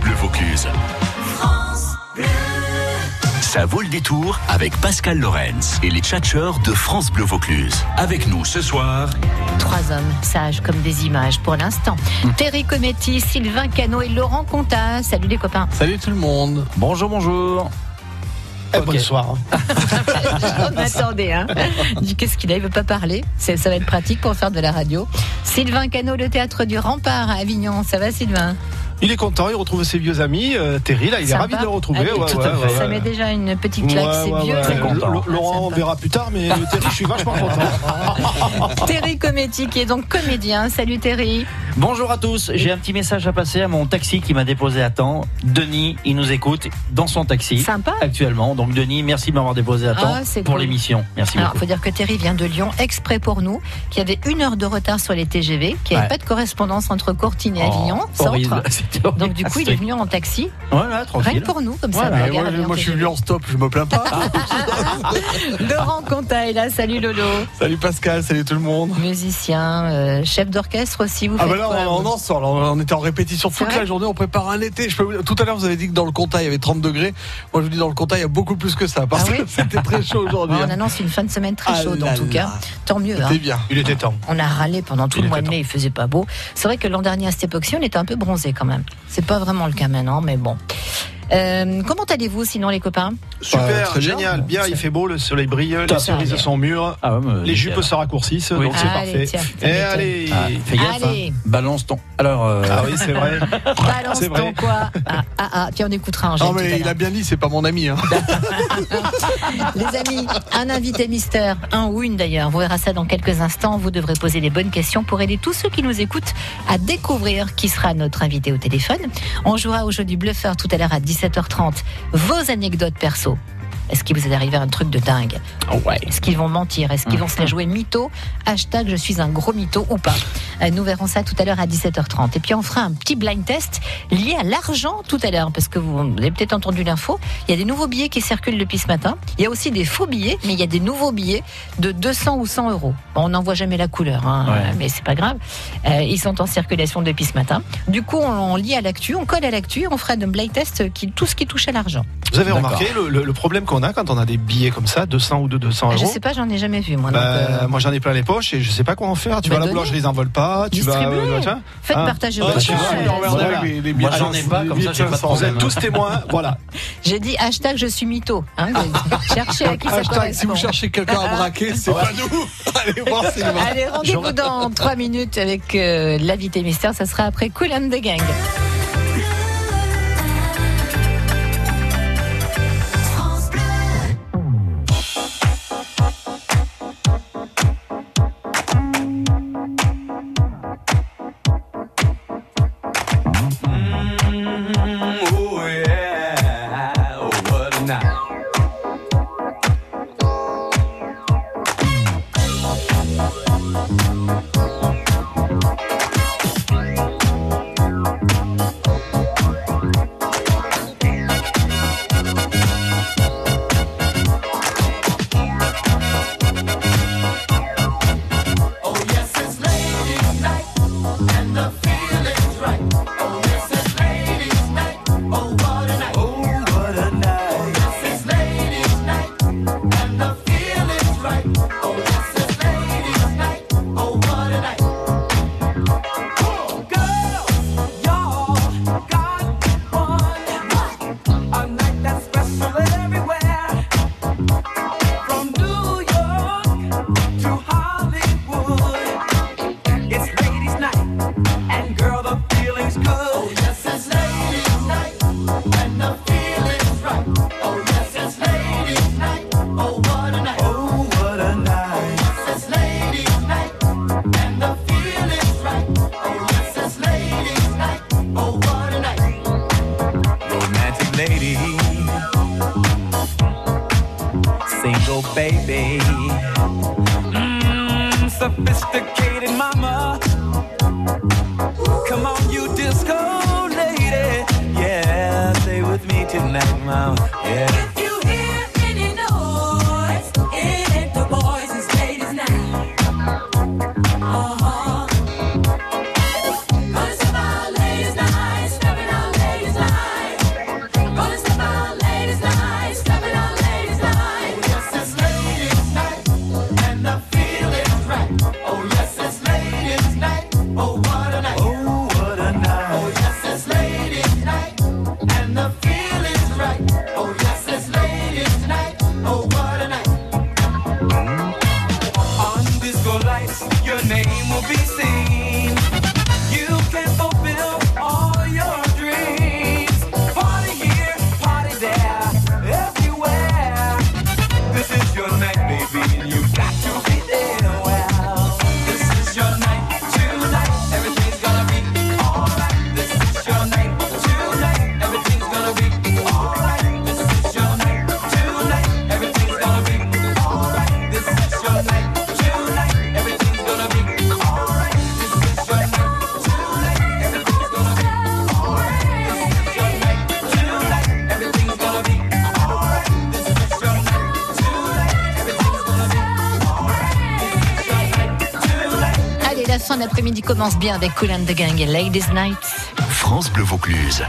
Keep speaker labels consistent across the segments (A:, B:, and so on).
A: Bleu Vaucluse.
B: France Bleu.
A: Ça vaut le détour avec Pascal Lorenz et les tchatcheurs de France Bleu Vaucluse. Avec nous ce soir,
C: Trois hommes sages comme des images pour l'instant.
D: Hmm.
C: Terry Cometti, Sylvain Cano et Laurent Conta. Salut les copains.
D: Salut tout le monde.
E: Bonjour, bonjour. Eh,
D: Et Bonsoir. Ah.
C: Attendez, hein. Dis, Qu'est-ce qu'il a Il veut pas parler. C'est- Ça va être pratique pour faire de la radio. Sylvain Cano, le théâtre du Rempart à Avignon. Ça va Sylvain
D: Il est content, il retrouve ses vieux amis. euh, Terry, là, il est
C: Sympa.
D: ravi de le retrouver.
C: Ah,
D: ouais,
C: tout
D: ouais,
C: à fait.
D: ouais,
C: Ça
D: ouais.
C: met déjà une petite claque,
D: Ouais,
C: c'est
D: ouais,
C: vieux.
D: ouais.
E: Très content.
D: Lo- Laurent, on
C: Sympa.
D: verra plus tard, mais euh, Terry, je suis vachement content.
C: Terry Cometti, qui est donc comédien. Salut Terry.
E: Bonjour à tous. J'ai un petit message à passer à mon taxi qui m'a déposé à temps. Denis, il nous écoute dans son taxi.
C: Sympa.
E: Actuellement. Donc, Denis, merci de m'avoir déposé à
C: Ah,
E: temps
C: c'est
E: pour
C: cool.
E: l'émission. Merci
C: Alors,
E: beaucoup.
C: faut dire que Terry vient de Lyon exprès pour nous, qui avait une heure de retard sur les TGV, qui n'avait
E: Ouais.
C: pas de correspondance entre Courtine et
E: Oh,
C: Avignon,
E: horrible.
C: centre.
E: C'était horrible.
D: Ah,
C: Donc du coup, il est venu en taxi,
E: Voilà,
C: rien
E: tranquille.
C: que pour nous, comme
E: Voilà,
C: ça.
E: mais
C: on regarde Avignon TGV.
D: stop, je me plains pas.
C: Laurent Conta est là, salut Lolo.
D: salut Pascal, salut tout le monde.
C: Musicien, euh, chef d'orchestre aussi, vous
D: Ah bah
C: faites
D: là,
C: quoi,
D: on,
C: vous
D: on en sort, là, on était en répétition
C: C'est
D: toute
C: vrai
D: la journée, on prépare un été. Je peux vous- Tout à l'heure, vous avez dit que dans le Comtat, il y avait 30 degrés. Moi, je vous dis, dans le Comtat, il y a beaucoup plus que ça, parce
C: Ah oui
D: que c'était très chaud aujourd'hui.
C: Ouais, on
D: hein.
C: annonce une fin de semaine très
D: Ah
C: chaude en
D: là
C: tout cas.
D: là.
C: Tant mieux. hein.
D: C'était bien. Il était temps.
C: On a râlé pendant tout
D: Il
C: le mois
D: était
C: de mai, il faisait pas beau. C'est vrai que l'an dernier à cette époque-ci, on était un peu bronzé quand même. C'est pas vraiment le cas maintenant, mais bon. Euh, comment allez-vous sinon les copains
D: Bah,
F: Super,
D: très bien.
F: génial, bien,
C: C'est-
F: il fait beau, le soleil brille, les cerises sont mûres,
E: Ah ouais, mais
F: les
E: nickel.
F: jupes se raccourcissent,
E: Oui.
F: donc c'est
C: Allez,
F: parfait.
C: tiens, ça
F: Et
C: m'étonne.
F: allez
E: Ah, fais gaffe.
C: Allez.
E: hein. Balance ton. Alors, euh,
F: Ah oui, c'est vrai.
C: Balance
F: C'est vrai.
C: ton quoi ah, ah, ah, Puis on écoutera Angèle
D: Non,
C: tout à
D: mais il
C: l'heure.
D: a bien dit, c'est pas mon ami. hein.
C: Les amis, un invité mystère, un ou une d'ailleurs. On verra ça dans quelques instants. Vous devrez poser les bonnes questions pour aider tous ceux qui nous écoutent à découvrir qui sera notre invité au téléphone. On jouera au jeu du bluffeur tout à l'heure à 17h30. Vos anecdotes perso. Est-ce qu'il vous est arrivé un truc de dingue Est-ce qu'ils vont mentir Est-ce qu'ils vont
F: Mmh.
C: se la jouer mytho Hashtag je suis un gros mytho ou pas Euh, Nous verrons ça tout à l'heure à 17h30. Et puis on fera un petit blind test lié à l'argent tout à l'heure, parce que vous avez peut-être entendu l'info. Il y a des nouveaux billets qui circulent depuis ce matin. Il y a aussi des faux billets, mais il y a des nouveaux billets de 200 ou 100 euros. Bon, on n'en voit jamais la couleur, hein,
E: Ouais.
C: euh, mais c'est pas grave. Euh, ils sont en circulation depuis ce matin. Du coup, on, on lie à l'actu, on colle à l'actu, on fera un blind test qui, tout ce qui touche à l'argent.
F: Vous avez
E: D'accord.
F: remarqué le, le- le problème qu'on a quand on a des billets comme ça, 200 ou de 200
C: Ah, Je
F: euros
C: sais pas, j'en ai jamais vu moi. donc,
F: Bah,
C: euh,
F: moi j'en ai plein les poches et je sais pas quoi en faire. Tu
C: Bah,
F: vas à la
C: donnez.
F: boulangerie, ils en veulent pas. Tu vas.
C: Distribuez.
F: euh, tiens.
C: Faites
F: Ah.
C: partager
D: Ah,
C: votre
D: tu vois,
C: chance.
D: il emmerde
E: Voilà.
D: avec les- les
E: Moi,
D: billets.
E: j'en ai
D: Alors,
E: pas,
D: les
E: comme ça, j'ai pas de
D: 1500.
F: Vous êtes
E: problème.
F: tous témoins, voilà.
C: J'ai dit hashtag je suis mytho. hein, mais cherchez à qui ça
D: Hashtag, si
C: correspond.
D: vous cherchez quelqu'un à braquer, c'est pas nous. Allez voir Sylvain.
C: Allez, rendez-vous dans 3 minutes avec euh, l'invité mystère. Ça sera après Cool and the Gang.
B: France Bleu. Oh, Oh, Oh,
G: romantic lady, single baby, mm, sophisticated mama. Come on, you disco lady, yeah, stay with me tonight, mama, yeah.
H: If you hear any noise, it ain't the boys, it's ladies now. Uh-huh. 'Cause it's about ladies' night, stepping out ladies' night.
B: Oh, Oh, Oh,
C: après-midi commence bien avec Cool and the Gang et Ladies Night.
A: France Bleu Vaucluse,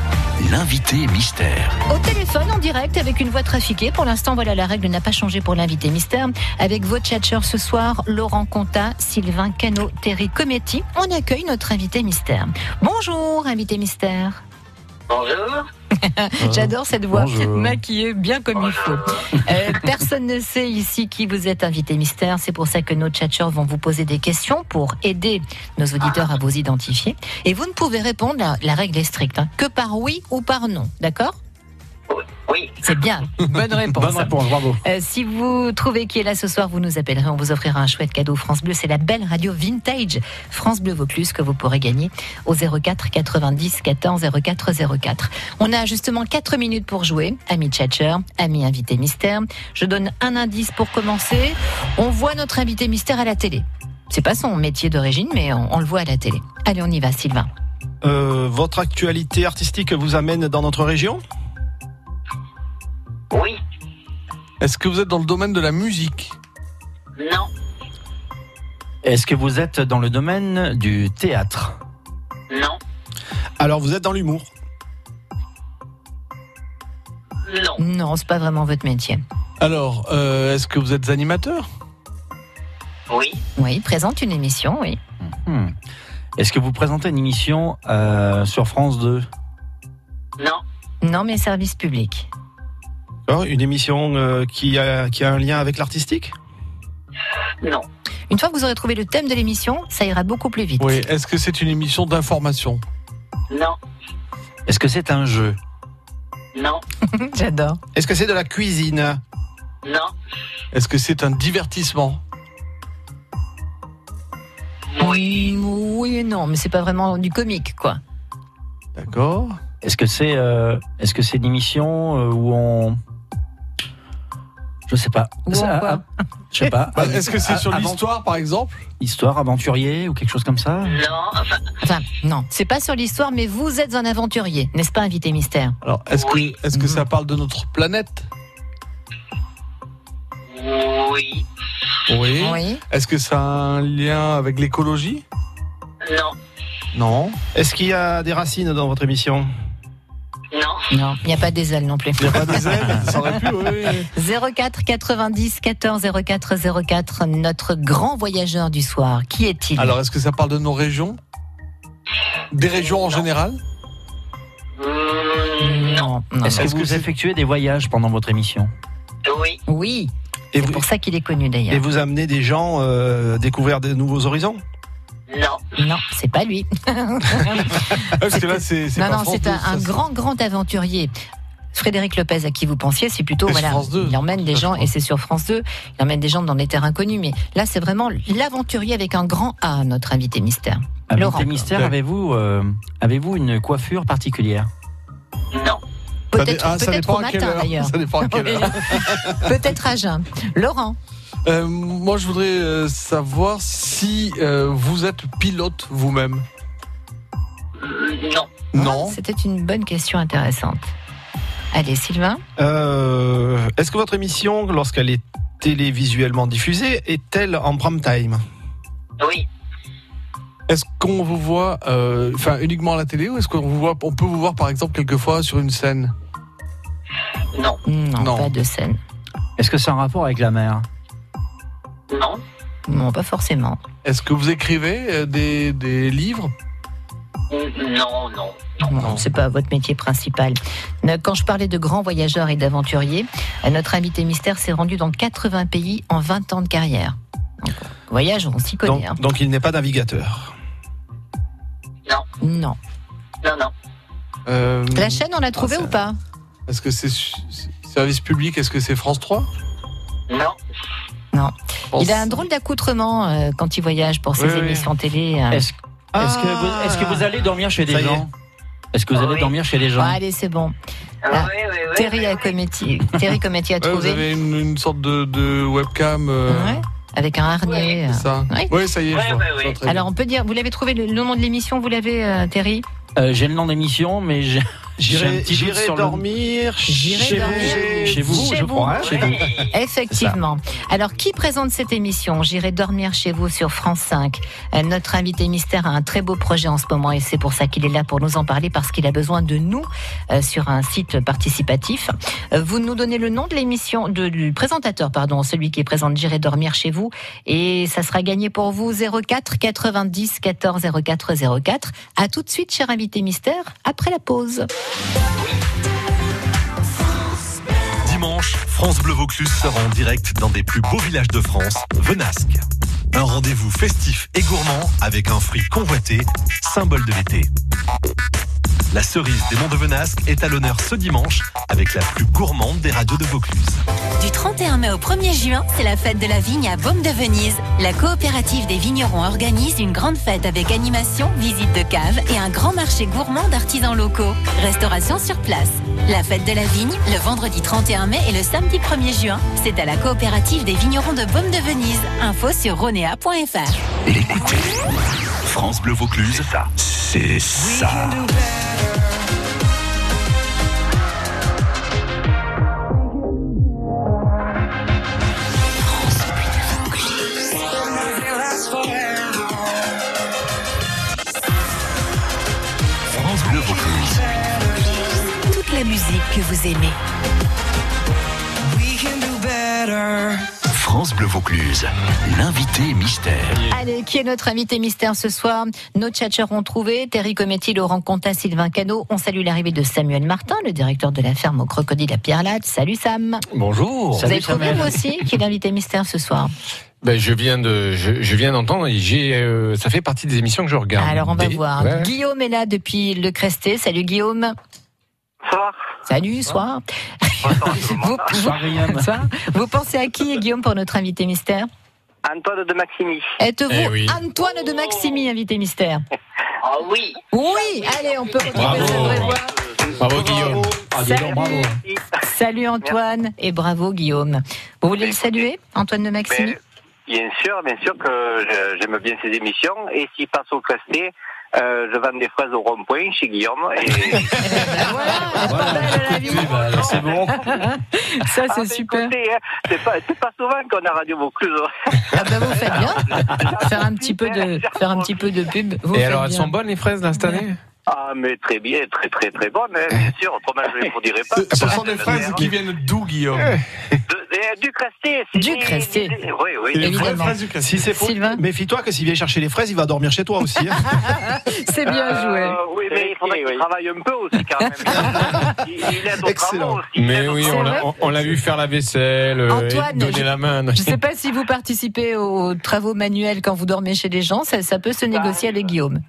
A: l'invité mystère.
C: Au téléphone, en direct, avec une voix trafiquée. Pour l'instant, voilà, la règle n'a pas changé pour l'invité mystère. Avec vos tchatcheurs ce soir, Laurent Conta, Sylvain Cano, Terry Cometti, on accueille notre invité mystère. Bonjour, invité mystère.
I: Bonjour.
C: J'adore cette voix
E: Bonjour.
C: bien maquillée, bien comme il faut. Euh, personne ne sait ici qui vous êtes invité mystère. C'est pour ça que nos tchatcheurs vont vous poser des questions pour aider nos auditeurs à vous identifier. Et vous ne pouvez répondre, la, la règle est stricte, hein, que par oui ou par non. D'accord
I: Oui,
C: C'est bien. Bonne réponse.
E: Bonne réponse, bravo.
C: Euh, si vous trouvez qui est là ce soir, vous nous appellerez, on vous offrira un chouette cadeau France Bleu. C'est la belle radio vintage France Bleu Vaucluse que vous pourrez gagner au 04 90 14 04 04. On a justement 4 minutes pour jouer. Ami Tchatcher, ami invité mystère. Je donne un indice pour commencer. On voit notre invité mystère à la télé. C'est pas son métier d'origine, mais on, on le voit à la télé. Allez, on y va, Sylvain.
F: Euh, votre actualité artistique vous amène dans notre région
I: oui,
D: Est-ce que vous êtes dans le domaine de la musique
I: non,
E: Est-ce que vous êtes dans le domaine du théâtre
I: non,
F: Alors vous êtes dans l'humour.
I: non,
C: Non, c'est pas vraiment votre métier.
D: Alors, euh, est-ce que vous êtes animateur
I: oui,
C: Oui, présente une émission, oui.
E: Hmm. Est-ce que vous présentez une émission euh, sur France 2
I: non,
C: Non, mais service public.
F: Hein, Une émission euh, qui, a, qui a un lien avec l'artistique
I: non,
C: Une fois que vous aurez trouvé le thème de l'émission, ça ira beaucoup plus vite.
D: Oui. Est-ce que c'est une émission d'information
I: non,
E: Est-ce que c'est un jeu
I: non,
C: J'adore.
F: Est-ce que c'est de la cuisine
I: non,
D: Est-ce que c'est un divertissement
C: Oui, oui et non, mais c'est pas vraiment du comique, quoi.
D: D'accord.
E: Est-ce que c'est euh, est-ce que c'est une émission euh, où on je sais pas.
C: Ou
E: C'est-
C: en
E: ah,
C: quoi
E: ah, Je sais pas.
D: Bah, Est-ce que c'est
E: Ah,
D: sur
E: avant-
D: l'histoire, par exemple
E: Histoire aventurier ou quelque chose comme ça
I: non, enfin,
C: Enfin, non, c'est pas sur l'histoire, mais vous êtes un aventurier, n'est-ce pas, invité mystère
D: Alors, est-ce que,
I: Oui.
D: est-ce que
C: Mhm.
D: ça parle de notre planète
I: oui,
D: Oui.
C: Oui.
D: Est-ce que ça a un lien avec l'écologie
I: non,
D: Non.
F: Est-ce qu'il y a des racines dans votre émission
I: non,
C: Non, il n'y a pas des ailes non plus.
D: Il n'y a pas des ailes Ça aurait pu, oui, oui, oui.
C: 04 90 14 04 04, notre grand voyageur du soir, qui est-il
D: Alors, est-ce que ça parle de nos régions Des régions en général
I: Mm, non,
C: Non, non.
E: Est-ce que
D: Est-ce que
E: vous
D: c'est-
E: effectuez des voyages pendant votre émission
I: oui,
C: Oui,
F: Et
C: c'est
F: vous,
C: pour ça qu'il est connu
F: et
C: d'ailleurs.
F: vous amenez des gens euh, découvrir des nouveaux horizons
I: non,
C: Non, c'est pas lui.
D: Ah, Parce que là, c'est c'est
C: Non,
D: pas
C: non,
D: France
C: c'est un,
D: deux, ça,
C: un grand, grand aventurier. Frédéric Lopez, à qui vous pensiez, c'est plutôt,
D: Et Ah, sur
C: voilà,
D: France 2.
C: il emmène des
D: Ça, je
C: gens,
D: crois.
C: et c'est sur France 2, il emmène des gens dans des terres inconnues, mais là, c'est vraiment l'aventurier avec un grand A, notre invité mystère.
E: Invité
C: Laurent.
E: mystère,
D: Ouais.
E: avez-vous euh, avez-vous une coiffure particulière
I: non,
D: Ça dé-
C: Peut-être
D: ah, ça
C: peut-être
D: dépend
C: au
D: à quelle
C: matin,
D: heure.
C: d'ailleurs.
D: Ça dépend à quelle heure.
C: peut-être à jeun. Laurent,
D: Euh, moi, je voudrais euh, savoir si euh, vous êtes pilote vous-même.
I: non,
D: Non.
C: Ah, c'était une bonne question intéressante. Allez, Sylvain,
F: Euh, Est-ce que votre émission, lorsqu'elle est télévisuellement diffusée, est-elle en prime time
I: oui,
D: Est-ce qu'on vous voit, euh, enfin, uniquement à la télé, ou est-ce qu'on vous voit, on peut vous voir, par exemple, quelquefois sur une scène
I: non,
C: non,
D: Non.
C: pas de scène.
E: Est-ce que c'est un rapport avec la mer
I: non,
C: Non, pas forcément.
D: Est-ce que vous écrivez euh, des, des livres
I: Mm, non, non,
C: Non, c'est pas votre métier principal. Euh, Quand je parlais de grands voyageurs et d'aventuriers, euh, notre invité mystère s'est rendu dans 80 pays en 20 ans de carrière. Donc, voyage, on s'y connaît. hein.
F: donc, donc il n'est pas navigateur.
C: Non.
I: non, non,
D: Euh,
C: La chaîne, on l'a trouvée
F: ça-
C: ou pas
D: Est-ce que c'est su- service public Est-ce que c'est France 3
I: non,
C: Il a un drôle d'accoutrement euh, quand il voyage pour ses
D: Oui, oui.
C: émissions télé. euh.
E: Est-ce est-ce que vous- est-ce que
D: Ah.
E: vous allez dormir chez
F: Ça
E: des
F: y est.
E: gens Est-ce que vous allez
I: Oui.
E: dormir chez les
C: Bon,
E: gens
C: allez, c'est bon. Ah,
I: oui, oui, oui,
C: Terry
I: oui,
C: a
I: oui.
C: commetti- Terry Cometti a
D: Ouais, vous
C: trouvé.
D: avez une, une sorte de, de webcam. euh,
C: Ouais, avec un
I: Ouais.
C: harnais. euh.
D: c'est ça.
C: Oui.
D: Oui, ça y est.
I: Ouais,
D: je vois,
I: ouais,
D: je vois
I: ouais.
D: très bien.
C: Alors on peut dire, vous l'avez trouvé le, le nom de l'émission, vous l'avez, euh, Terry
E: Euh, J'ai le nom d'émission, mais j'ai- J'ai un
F: J'irai
E: petit doute
F: j'irai
E: sur le-
F: dormir
C: J'irai
F: chez,
C: dormir
E: chez vous,
C: chez
F: je
C: vous.
F: crois. hein, chez vous.
I: Oui.
C: Effectivement. Alors, qui présente cette émission J'irai dormir chez vous sur France 5. Euh, notre invité mystère a un très beau projet en ce moment et c'est pour ça qu'il est là pour nous en parler parce qu'il a besoin de nous euh, sur un site participatif. Euh, vous nous donnez le nom de l'émission, de, du présentateur, pardon, celui qui présente J'irai dormir chez vous et ça sera gagné pour vous 04 90 14 04 04. À tout de suite, cher invité mystère, après la pause.
A: Dimanche, France Bleu Vaucluse sera en direct dans des plus beaux villages de France, Venasque. Un rendez-vous festif et gourmand avec un fruit convoité, symbole de l'été. La cerise des monts de Venasque est à l'honneur ce dimanche avec la plus gourmande des radios de Vaucluse.
J: Du 31 mai au 1er juin, c'est la fête de la vigne à Baume de Venise. La coopérative des vignerons organise une grande fête avec animation, visite de cave et un grand marché gourmand d'artisans locaux. Restauration sur place. La fête de la vigne, le vendredi 31 mai et le samedi 1er juin, c'est à la coopérative des vignerons de Baume de Venise. Info sur ronea.fr.
A: L'écoutez. France Bleu Vaucluse, c'est ça. France Bleu Vaucluse.
J: Toute la musique que vous aimez.
G: We can do better.
A: France Bleu Vaucluse, l'invité mystère.
C: Allez, qui est notre invité mystère ce soir Nos tchatcheurs ont trouvé Terry Cometti, Laurent Conta, Sylvain Cano. On salue l'arrivée de Samuel Martin, le directeur de la ferme au crocodile à Pierre-Latte. Salut Sam
K: Bonjour.
C: Vous avez trouvé vous aussi qui est l'invité mystère ce soir
K: Ben, je viens de, je, je viens d'entendre. et J'ai, euh, ça fait partie des émissions que je regarde.
C: Alors on va
K: Des-
C: voir.
K: ouais.
C: Guillaume est là depuis le Cresté. Salut Guillaume
I: Bonsoir.
C: Salut, soir
I: Bonsoir tout le monde.
C: vous, vous, Soir. Vous pensez à qui, Guillaume, pour notre invité mystère
I: Antoine de Maximi.
C: Êtes-vous
K: Eh oui.
C: Antoine de Maximi, invité mystère
I: Ah oui.
C: Oui Allez, on peut retrouver
K: Bravo.
C: cette vraie voix.
K: Bravo, Guillaume.
C: Salut. Salut Antoine et bravo Guillaume. Vous voulez le
L: Bah,
C: saluer, Antoine de Maximi
I: Mais,
L: euh,
I: bien sûr, bien sûr que je- j'aime bien ces émissions. Et s'il passe au casté, euh, je vends des fraises au rond-point chez Guillaume. Et...
C: Ben Voilà, elle est pas belle, la vie.
E: c'est bon.
C: Ça
I: Ah,
C: c'est
I: ben,
C: super.
I: écoutez, hein, c'est pas, c'est pas souvent qu'on a Radio Vaucluse.
C: Ah ben vous faites bien. Faire un
L: bah,
C: petit peu de faire un petit peu de pub. Vous
F: Et
C: faites
F: alors, elles
C: bien.
F: sont bonnes les fraises là, cette année
I: Ah, mais très bien, très très très bonne, hein, bien sûr. Autrement, je ne vous dirai pas.
D: Ce sont des phrases qui viennent d'où, Guillaume
I: De- eh, Du Crasté. c'est
C: Du
I: des-
C: Crasté.
I: des- Oui, oui.
D: Les vraies
C: Évidemment.
D: phrases du classique.
F: Si c'est faux,
C: Sylvain
F: méfie-toi que s'il vient chercher les fraises, il va dormir chez toi aussi. hein.
C: C'est bien joué.
I: Euh, oui, mais il faudrait qu'il travaille un peu aussi, quand même. il, il aide aux travaux aussi. il
K: Mais
I: aide aux
K: oui,
C: C'est
K: on
C: vrai
K: l'a, on- on l'a vu faire la vaisselle, euh,
C: Antoine,
K: et donner
C: je-
K: la main.
C: Je ne sais pas si vous participez aux travaux manuels quand vous dormez chez les gens, ça, ça peut se
L: Bah,
C: négocier
L: euh,
C: avec Guillaume.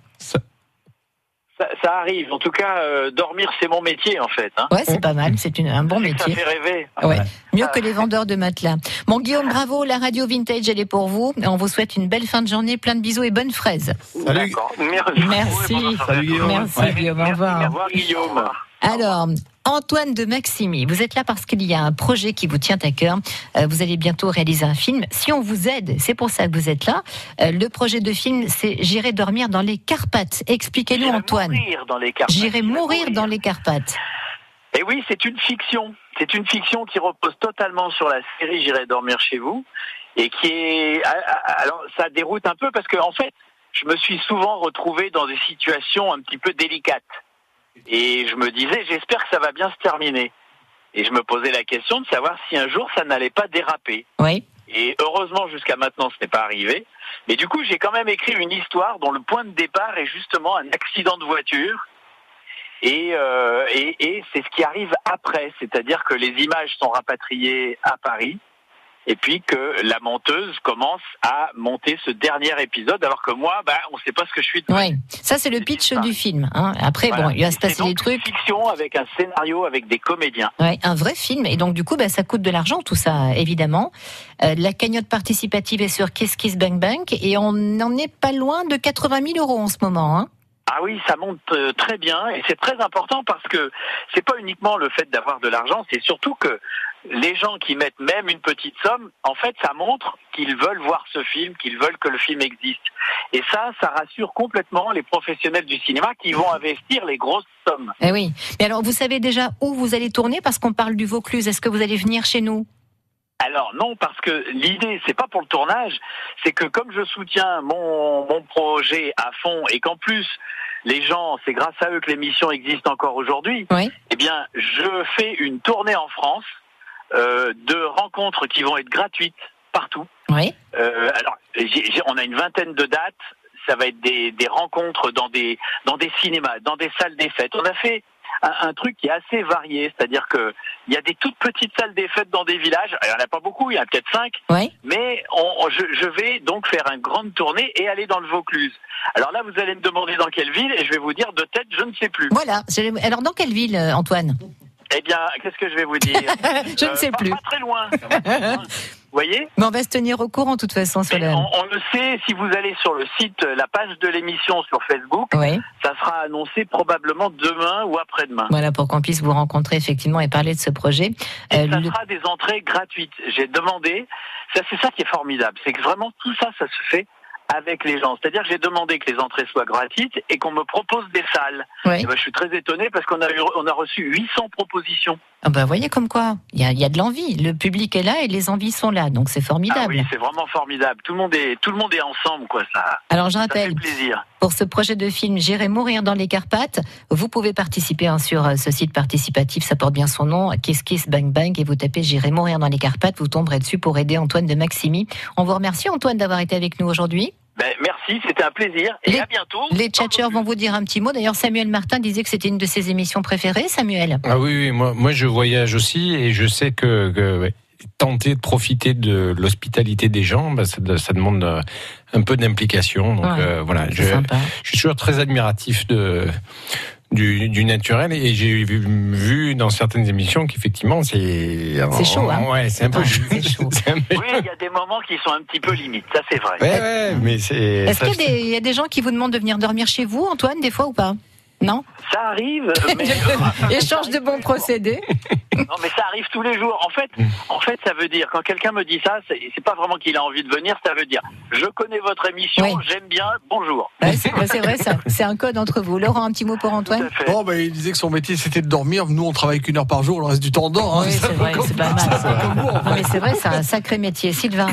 L: Ça, ça arrive. En tout cas, euh, dormir, c'est mon métier, en fait. Hein.
C: Ouais, c'est pas mal, c'est une- un bon
L: Ça
C: métier.
L: fait rêver.
C: Ouais. Mieux que les vendeurs de matelas. Bon, Guillaume, bravo, la radio vintage, elle est pour vous. On vous souhaite une belle fin de journée, plein de bisous et bonnes fraises.
I: travaux. D'accord. Merci.
C: Merci.
F: Salut Guillaume.
C: Merci, Guillaume, au revoir.
I: Au revoir, Guillaume.
C: Alors, Antoine de Maximi, vous êtes là parce qu'il y a un projet qui vous tient à cœur. Euh, vous allez bientôt réaliser un film. Si on vous aide, c'est pour ça que vous êtes là. Euh, le projet de film, c'est J'irai dormir dans les Carpates. Expliquez-nous,
L: J'irai
C: Antoine.
L: mourir dans les Carpates.
C: J'irai mourir dans les Carpates.
L: Et oui, c'est une fiction. C'est une fiction qui repose totalement sur la série J'irai dormir chez vous et qui est. ah, ah, Alors, ça déroute un peu parce que, en fait, je me suis souvent retrouvé dans des situations un petit peu délicates. Et je me disais, j'espère que ça va bien se terminer. Et je me posais la question de savoir si un jour ça n'allait pas déraper.
C: Oui.
L: Et heureusement, jusqu'à maintenant, ce n'est pas arrivé. Mais du coup, j'ai quand même écrit une histoire dont le point de départ est justement un accident de voiture. Et, euh, et, et c'est ce qui arrive après, c'est-à-dire que les images sont rapatriées à Paris et puis que la monteuse commence à monter ce dernier épisode, alors que moi, bah, on ne sait pas ce que je suis. devenu.
C: Ouais. Ça, c'est le pitch du film. hein. Après,
L: Voilà.
C: bon, il va se
L: Et
C: passer
L: c'est donc
C: des trucs.
L: Une fiction avec un scénario, avec des comédiens.
C: Ouais, un vrai film. Et donc, du coup, bah, ça coûte de l'argent, tout ça, évidemment. Euh, la cagnotte participative est sur Kiss Kiss Bank Bank. Et on n'en est pas loin de 80 000 euros en ce moment. Hein.
L: Ah oui, ça monte euh, très bien et c'est très important parce que c'est pas uniquement le fait d'avoir de l'argent, c'est surtout que les gens qui mettent même une petite somme, en fait, ça montre qu'ils veulent voir ce film, qu'ils veulent que le film existe. Et ça, ça rassure complètement les professionnels du cinéma qui vont investir les grosses sommes.
C: Eh oui. Mais alors, vous savez déjà où vous allez tourner parce qu'on parle du Vaucluse. Est-ce que vous allez venir chez nous
L: Alors non, parce que l'idée, c'est pas pour le tournage, c'est que comme je soutiens mon, mon projet à fond et qu'en plus les gens, c'est grâce à eux que l'émission existe encore aujourd'hui, eh bien je fais une tournée en France euh, de rencontres qui vont être gratuites partout.
C: Oui.
L: Euh, alors, j'ai- j'ai- on a une vingtaine de dates. Ça va être des, des rencontres dans des dans des cinémas, dans des salles des fêtes. On a fait un, un truc qui est assez varié, c'est-à-dire que il y a des toutes petites salles des fêtes dans des villages. Alors, Il n'y en a pas beaucoup, il y en a peut-être cinq. Mais on- on- je, je vais donc faire une grande tournée et aller dans le Vaucluse. Alors là, vous allez me demander dans quelle ville et je vais vous dire de tête, je ne sais plus.
C: Voilà. Je- Alors, dans quelle ville, euh, Antoine
L: Eh bien, qu'est-ce que je vais vous dire Euh,
C: Je ne sais
L: pas-
C: plus.
L: Pas très loin. Vous voyez
C: Mais on va se tenir au courant, de toute façon, Solène.
L: on, on le sait, si vous allez sur le site, euh, la page de l'émission sur Facebook, ça sera annoncé probablement demain ou après-demain.
C: Voilà, pour qu'on puisse vous rencontrer, effectivement, et parler de ce projet.
L: Et
C: Euh,
L: ça
C: le-
L: sera des entrées gratuites. J'ai demandé, ça c'est ça qui est formidable, c'est que vraiment tout ça, ça se fait avec les gens. C'est-à-dire que j'ai demandé que les entrées soient gratuites et qu'on me propose des salles.
C: Ouais.
L: Et ben, je suis très étonné parce qu'on a, eu- on a reçu 800 propositions.
C: Ah bah, voyez comme quoi, il y, a- il y a de l'envie. Le public est là et les envies sont là, donc c'est
L: Ah
C: formidable.
L: oui, c'est vraiment formidable. Tout le monde est, tout le monde est ensemble, quoi. Ça,
C: Alors, je
L: ça
C: rappelle.
L: fait plaisir.
C: Pour ce projet de film J'irai mourir dans les Carpates, vous pouvez participer hein, sur euh, ce site participatif, ça porte bien son nom, euh, Kiss Kiss Bang Bang, et vous tapez J'irai mourir dans les Carpates, vous tomberez dessus pour aider Antoine de Maximi. On vous remercie Antoine d'avoir été avec nous aujourd'hui.
L: Ben, merci, c'était un plaisir et
C: Les-
L: à bientôt.
C: Les tchatcheurs vont vous dire un petit mot. D'ailleurs, Samuel Martin disait que c'était une de ses émissions préférées, Samuel.
K: Ah oui, oui, moi, moi je voyage aussi et je sais que, que, ouais, tenter de profiter de l'hospitalité des gens, bah, ça, de- ça demande euh, un peu d'implication. Donc
M: Ouais,
K: euh, voilà, je,
M: c'est sympa.
K: je suis toujours très admiratif de. Du, du naturel et j'ai vu, vu dans certaines émissions qu'effectivement c'est
L: C'est chaud, hein.
K: ouais c'est un peu chaud
L: Oui, il y a des moments qui sont un petit peu limites, ça c'est vrai.
K: ouais, ouais, mais c'est
C: Est-ce qu'il y, a des- il y a des gens qui vous demandent de venir dormir chez vous, Antoine, des fois ou pas Non
L: Ça arrive, mais
C: Échange de bons procédés.
L: non, mais ça arrive tous les jours. En fait,
K: Mm.
L: en fait, ça veut dire quand quelqu'un me dit ça, c'est c'est pas vraiment qu'il a envie de venir. Ça veut dire je connais votre émission, j'aime bien, bonjour.
C: Ouais, Bah, c'est ouais, c'est vrai, ça. C'est un code entre vous. Laurent, un petit mot pour Antoine
D: Bon, ben, il disait que son métier c'était de dormir. Nous, on travaille qu'une heure par jour, le reste du temps on dort. hein.
C: Oui,
D: Ça
C: c'est
D: fait
C: vrai,
D: comme-
C: c'est pas mal.
D: ça fait comme nous, en
C: Non,
D: fait.
C: mais c'est vrai, c'est un sacré métier. Sylvain,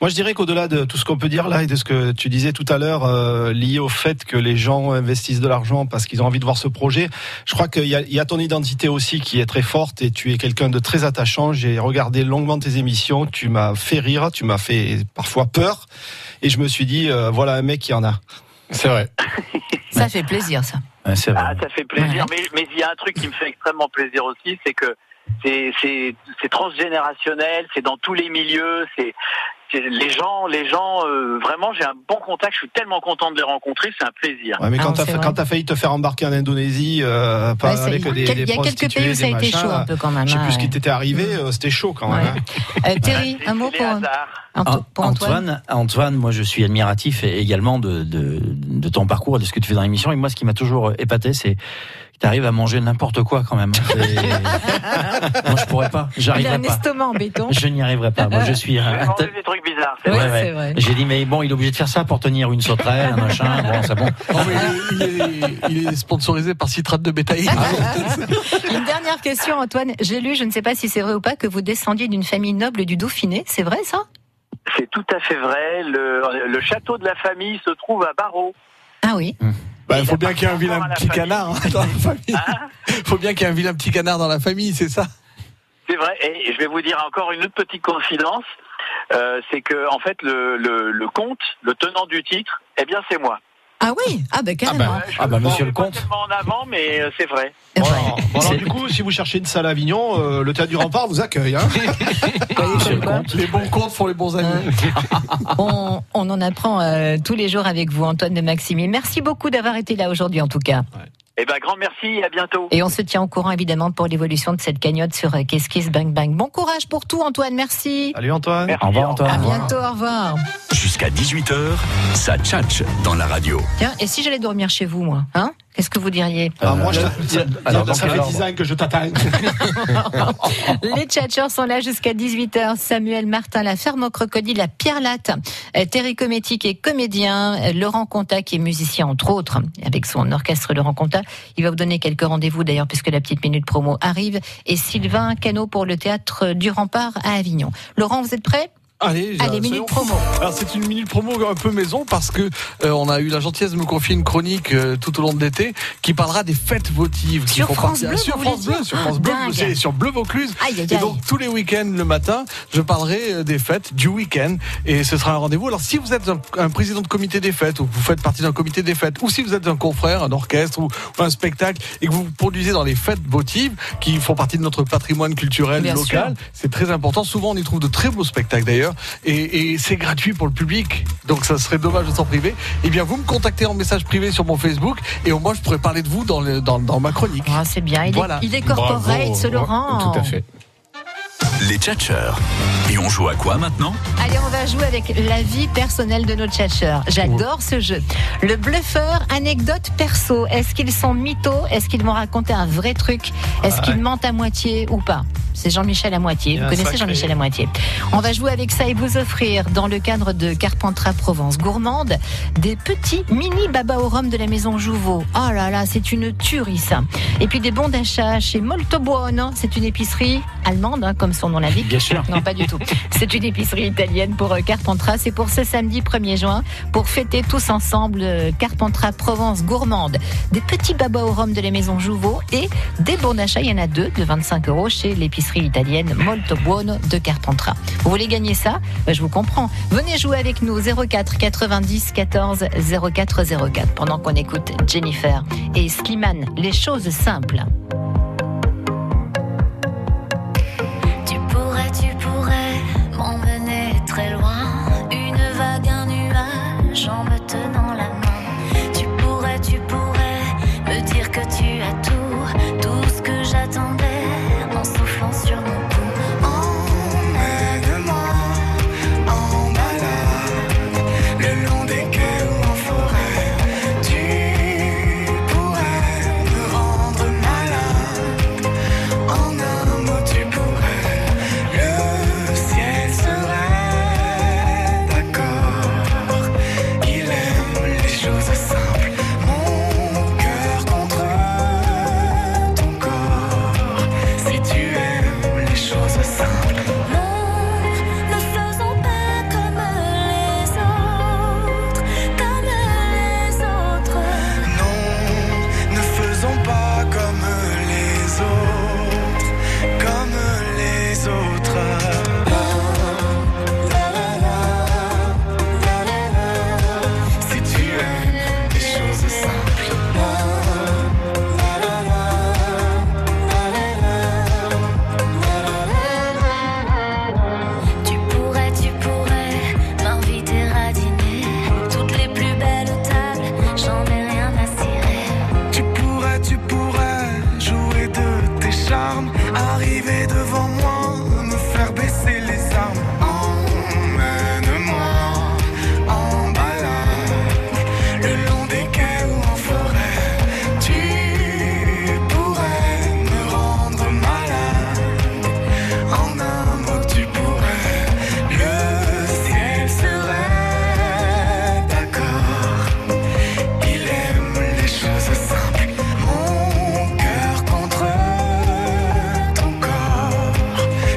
F: Moi, je dirais qu'au-delà de tout ce qu'on peut dire là et de ce que tu disais tout à l'heure, euh, lié au fait que les gens investissent de l'argent parce qu'ils ont envie de voir ce projet, je crois qu'il y, a- il y a ton identité aussi qui est très forte et tu es quelqu'un de très attachant. J'ai regardé longuement tes émissions, tu m'as fait rire, tu m'as fait parfois peur et je me suis dit, euh, voilà un mec qui en a.
K: C'est vrai.
C: ça fait plaisir, ça.
K: c'est vrai.
L: Ah, ça fait plaisir. Mais mais il y a un truc qui me fait extrêmement plaisir aussi, c'est que c'est c'est c'est transgénérationnel, c'est dans tous les milieux, c'est c'est les gens, les gens, euh, vraiment, j'ai un bon contact. Je suis tellement content de les rencontrer, c'est un plaisir.
F: Ouais, mais quand t'as fa- quand t'as failli te faire embarquer en Indonésie, euh, pas
L: Ouais, c'est-
F: avec des,
L: Quel-
F: des
L: il y a quelques
F: prostituées,
L: pays où ça a
F: des
L: été
F: machins,
L: chaud un peu quand même,
F: Je sais
L: hein,
F: plus ce
L: ouais.
F: qui t'était arrivé, euh, c'était chaud quand même. hein.
C: Euh, Thierry, un mot pour, Anto- pour Antoine.
E: Ah, Antoine, Antoine, moi je suis admiratif et- également de, de, de ton parcours et de ce que tu fais dans l'émission. Et moi, ce qui m'a toujours épaté, c'est que tu arrives à manger n'importe quoi quand même. hein. C'est- moi, je pourrais pas.
C: Il a
E: J'arriverais
C: un
E: pas.
C: estomac en béton.
E: Je n'y arriverai pas. Moi, je suis. un- un tel-
L: Des trucs bizarres.
C: Oui,
E: Ouais, ouais.
C: c'est vrai.
E: J'ai dit, mais bon, il est obligé de faire ça pour tenir une sauterelle, un machin. Bon, c'est bon.
D: Non, mais il, est, il est sponsorisé par citrate de bétail.
C: Ah Une dernière question, Antoine. J'ai lu, je ne sais pas si c'est vrai ou pas, que vous descendiez d'une famille noble du Dauphiné. C'est vrai, ça
L: C'est tout à fait vrai. Le, le château de la famille se trouve à Barreau.
C: Ah oui.
F: Hmm.
D: il faut bien qu'il y ait un vilain
L: à la
D: petit
L: famille.
D: canard hein, dans la famille. faut bien qu'il y ait un vilain petit canard dans la famille, c'est ça
L: C'est vrai. Et je vais vous dire encore une autre petite confidence. Euh, c'est que, en fait, le, le, le comte, le tenant du titre, eh bien, c'est moi.
C: Ah oui
L: bah,
C: Ah
F: bah,
C: ben carrément.
L: monsieur le comte. Pas tellement en avant, mais euh, c'est vrai.
F: Bon, alors, bon, alors, du coup, si vous cherchez une salle à Avignon, euh, le théâtre du rempart vous accueille. hein.
D: Les bons comptes font les bons amis.
C: on, on en apprend euh, tous les jours avec vous, Antoine de Maximi. Merci beaucoup d'avoir été là aujourd'hui, en tout cas.
L: Eh ben, grand merci, à bientôt.
C: Et on se tient au courant évidemment pour l'évolution de cette cagnotte sur euh, Qu'est-ce qui se bang bang. Bon courage pour tout Antoine, merci.
F: Salut Antoine.
E: Au revoir Antoine.
C: À bientôt, au revoir.
M: Jusqu'à 18h, ça tchatche dans la radio.
C: Tiens, et si j'allais dormir chez vous, moi, hein Qu'est-ce que vous diriez
E: Euh,
F: Ah, moi, je- ça-
E: alors,
F: ça- ça
E: dans
F: fait
E: quel
F: 10 ans que je t'attends.
C: Les tchatcheurs sont là jusqu'à 18h. Samuel Martin, la ferme au crocodile, la pierre latte. Euh, Terry Cometti qui est comédien. euh, Laurent Conta qui est musicien entre autres. Avec son orchestre Laurent Conta. Il va vous donner quelques rendez-vous d'ailleurs puisque la petite minute promo arrive. Et Sylvain Cano pour le théâtre du Rempart à Avignon. Laurent, vous êtes prêt
D: Allez, j'ai-
C: Allez,
D: soyons
C: minute
D: fous.
C: promo.
D: Alors c'est une minute promo un peu maison parce que euh, on a eu la gentillesse de nous confier une chronique euh, tout au long de l'été qui parlera des fêtes votives qui
C: Sur
D: font
C: France
D: partie-
C: Bleu,
D: Ah, sur
C: vous voulez
D: France Bleu,
C: dire
D: sur
C: Ah,
D: France Bleu,
C: dingue.
D: c'est sur Bleu Vaucluse.
C: Aïe, aïe,
D: Et
C: aïe.
D: donc tous les week-ends le matin, je parlerai euh, des fêtes du week-end et ce sera un rendez-vous. Alors si vous êtes un, un président de comité des fêtes ou que vous faites partie d'un comité des fêtes ou si vous êtes un confrère, un orchestre ou, ou un spectacle et que vous vous produisez dans les fêtes votives qui font partie de notre patrimoine culturel
A: Bien
D: local,
A: sûr.
D: c'est très important. Souvent, on y trouve de très beaux spectacles d'ailleurs, et, et c'est gratuit pour le public. Donc, ça serait dommage de s'en priver. Eh bien, vous me contactez en message privé sur mon Facebook, et au moins, je pourrais parler de vous dans, le- dans, dans ma chronique.
C: Ah, c'est bien. Il,
D: Voilà.
C: est, il est corporate, ce Laurent.
M: Les tchatcheurs. Et on joue à quoi maintenant
C: Allez, on va jouer avec la vie personnelle de nos tchatcheurs. J'adore ce jeu. Le bluffeur, anecdote perso. Est-ce qu'ils sont mythos Est-ce qu'ils vont raconter un vrai truc Est-ce qu'ils mentent à moitié ou pas C'est Jean-Michel à
J: Ah,
C: moitié.
J: Il y a
C: Vous
J: un
C: connaissez
J: sacré-
C: Jean-Michel à moitié. On va jouer avec ça et vous offrir, dans le cadre de Carpentras Provence Gourmande, des petits mini baba au rhum de la maison Jouveau. Oh là là, c'est une tuerie ça. Et puis des bons d'achat chez Moltobuono. C'est une épicerie allemande, hein, comme son nom l'indique.
E: Bien sûr.
C: Non, pas du tout. C'est une épicerie italienne pour euh, Carpentras. C'est pour ce samedi 1er juin, pour fêter tous ensemble euh, Carpentras Provence gourmande. Des petits babas au rhum de la maison Jouveau et des bons d'achat. Il y en a deux de 25 euros chez l'épicerie italienne Molto Buono de Carpentras. Vous voulez gagner ça Ben, Je vous comprends. Venez jouer avec nous 04 90 14 04 04 pendant qu'on écoute Jennifer et Slimane. Les choses simples.
B: Tu pourrais, tu pourrais m'emmener très loin. Une vague, un nuage en me tenant la main. Tu pourrais, tu pourrais me dire que tu as tout, tout ce que j'attendais en soufflant sur mon cou. Emmène-moi en balade, le long des quais ou en forêt. Tu pourrais me rendre malade. En un mot, tu pourrais. Le ciel serait d'accord. Il aime les choses simples. Mon cœur contre ton corps. Si tu aimes les choses simples. Ne faisons pas comme les autres. Comme les autres. Non, ne faisons pas comme les autres comme les autres. Si tu aimes les choses simples. Tu pourrais, tu pourrais m'inviter à dîner. Toutes les plus belles tables, j'en ai rien à cirer. Tu pourrais, tu pourrais jouer de tes charmes. Arriver devant moi, me faire baisser les armes. Emmène-moi en balade, le long des quais ou en forêt. Tu pourrais me rendre malade. En un mot, tu pourrais. Le ciel serait d'accord. Il aime les choses simples. Mon cœur contre ton corps.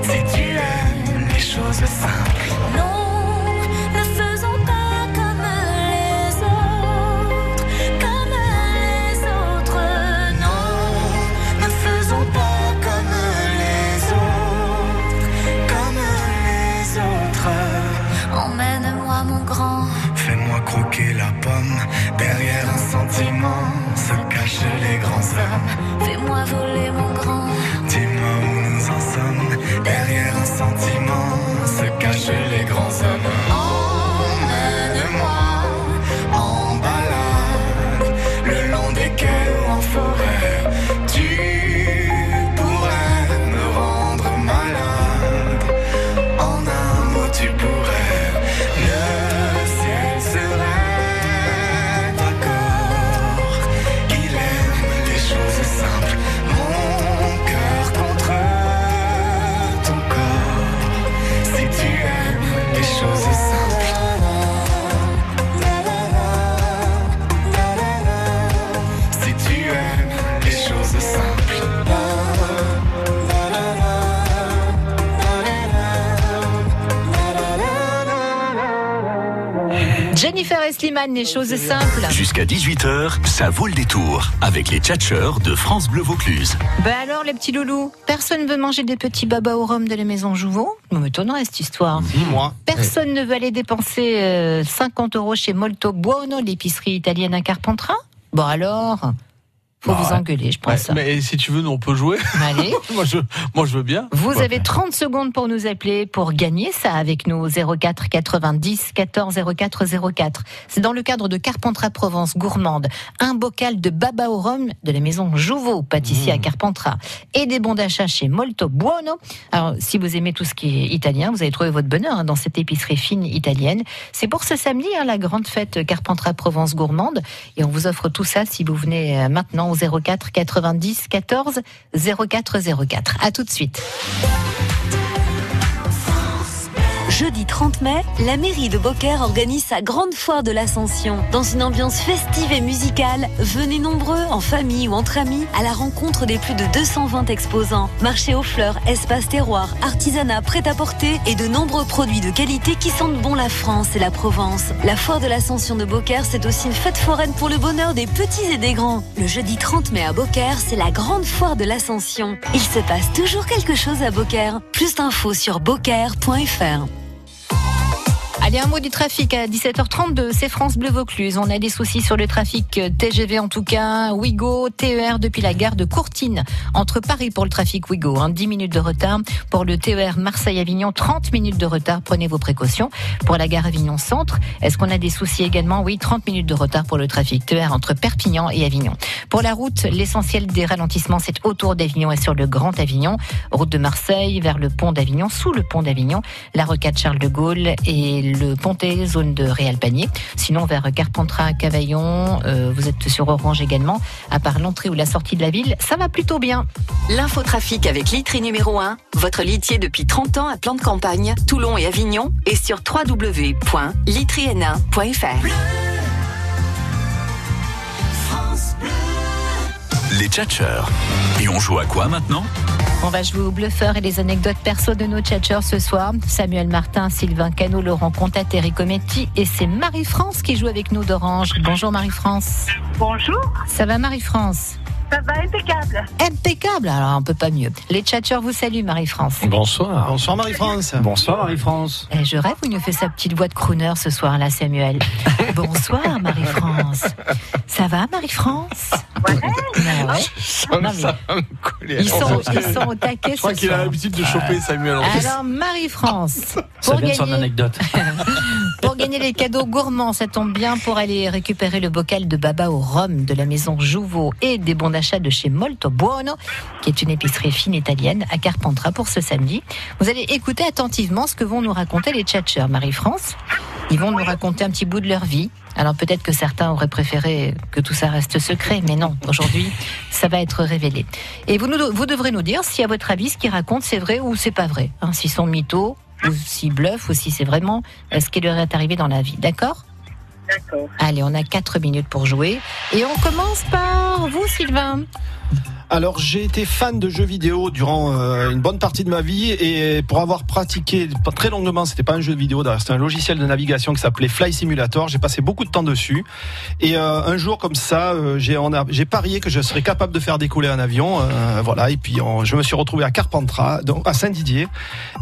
B: Si tu aimes les choses simples. Non, ne faisons pas comme les autres. Comme les autres. Non, ne faisons pas comme les autres. Comme les autres. Emmène-moi, mon grand. Fais-moi croquer la pomme. Derrière un sentiment se cachent les grands hommes. Fais-moi voler mon grand. Dis-moi où nous en sommes. Derrière un sentiment se cachent les grands hommes. Emmène-moi en balade, le long des quais ou en forêt.
C: Jennifer et Slimane, les choses simples.
M: Jusqu'à 18h, ça vaut le détour avec les tchatcheurs de France Bleu Vaucluse.
C: Bah alors, les petits loulous, personne veut manger des petits babas au rhum de la maison Jouveau Non, mais étonnant, cette histoire.
F: moi.
C: Personne ne veut aller dépenser euh, 50 euros chez Molto Buono, l'épicerie italienne à Carpentras Bon alors, faut vous engueuler, je pense.
D: Ouais, mais si tu veux, nous, on peut jouer.
C: Allez.
D: moi, je, moi, je veux bien.
C: Vous
D: Ouais.
C: avez 30 secondes pour nous appeler, pour gagner ça avec nous 04 90 14 04 04. C'est dans le cadre de Carpentras Provence gourmande. Un bocal de baba au rhum de la maison Jouveau, pâtissier à Carpentras. Et des bons d'achat chez Molto Buono. Alors, si vous aimez tout ce qui est italien, vous allez trouver votre bonheur hein, dans cette épicerie fine italienne. C'est pour ce samedi, hein, la grande fête Carpentras Provence gourmande. Et on vous offre tout ça si vous venez euh, maintenant au 04 90 14 04 04. À tout de suite.
N: Jeudi 30 mai, la mairie de Beaucaire organise sa grande foire de l'Ascension. Dans une ambiance festive et musicale, venez nombreux, en famille ou entre amis, à la rencontre des plus de 220 exposants. Marché aux fleurs, espace terroir, artisanat prêt-à-porter et de nombreux produits de qualité qui sentent bon la France et la Provence. La foire de l'Ascension de Beaucaire, c'est aussi une fête foraine pour le bonheur des petits et des grands. Le jeudi 30 mai à Beaucaire, c'est la grande foire de l'Ascension. Il se passe toujours quelque chose à Beaucaire. Plus d'infos sur beaucaire.fr.
C: Allez, un mot du trafic à 17h32, c'est France Bleu Vaucluse. On a des soucis sur le trafic euh, TGV en tout cas, Ouigo, TER depuis la gare de Courtine, entre Paris pour le trafic Ouigo, hein, 10 minutes de retard. Pour le TER Marseille-Avignon, 30 minutes de retard, prenez vos précautions. Pour la gare Avignon-Centre, est-ce qu'on a des soucis également Oui, 30 minutes de retard pour le trafic TER entre Perpignan et Avignon. Pour la route, l'essentiel des ralentissements, c'est autour d'Avignon et sur le Grand Avignon. Route de Marseille vers le pont d'Avignon, sous le pont d'Avignon, la rocade Charles de Gaulle et le pontet, zone de Réal Panier. Sinon, vers Carpentras, Cavaillon, euh, vous êtes sur Orange également. À part l'entrée ou la sortie de la ville, ça va plutôt bien.
N: L'infotrafic avec Litry numéro 1, votre litier depuis 30 ans à plan de campagne, Toulon et Avignon, et sur www.litriena.fr.
M: Les tchatcheurs. Et on joue à quoi maintenant
C: On va jouer au bluffeur et les anecdotes perso de nos tchatcheurs ce soir. Samuel Martin, Sylvain Cano, Laurent Contat, Terry Cometti et c'est Marie-France qui joue avec nous d'Orange. Bonjour Marie-France. Bonjour. Ça va Marie-France Ça va impeccable. Impeccable, alors on peut pas mieux. Les tchatcheurs vous saluent Marie-France.
F: Bonsoir. Bonsoir Marie-France.
E: Bonsoir Marie-France.
C: Eh, je rêve, il nous fait sa petite voix de crooner ce soir là, Samuel. Bonsoir Marie-France. Ça va Marie-France Bah ouais. Non, mais- Ils sont, ils sont au taquet
D: Je crois
C: ce
D: qu'il a
C: soir. Ah
D: l'habitude de choper Samuel. en fait.
C: Alors Marie-France,
E: Ça
C: pour
E: vient de
C: gagner,
E: son anecdote.
C: pour gagner les cadeaux gourmands, ça tombe bien pour aller récupérer le bocal de baba au rhum de la maison Jouveau et des bons d'achat de chez Molto Buono, qui est une épicerie fine italienne à Carpentras pour ce samedi. Vous allez écouter attentivement ce que vont nous raconter les tchatcheurs Marie-France. Ils vont nous raconter un petit bout de leur vie. Alors peut-être que certains auraient préféré que tout ça reste secret, mais non, aujourd'hui, ça va être révélé. Et vous, nous- vous devrez nous dire si à votre avis ce qu'ils racontent c'est vrai ou c'est pas vrai. hein, S'ils sont mythos, ou s'ils bluffent, ou si c'est vraiment euh, ce qui leur est arrivé dans la vie. D'accord D'accord. Allez, on a 4 minutes pour jouer. Et on commence par vous, Sylvain.
F: Alors j'ai été fan de jeux vidéo durant euh, une bonne partie de ma vie et pour avoir pratiqué pas très longuement, c'était pas un jeu de vidéo, d'ailleurs, c'était un logiciel de navigation qui s'appelait Fly Simulator. J'ai passé beaucoup de temps dessus et euh, un jour comme ça, euh, j'ai on a- j'ai parié que je serais capable de faire décoller un avion, euh, voilà. Et puis on- je me suis retrouvé à Carpentras, donc à Saint-Didier,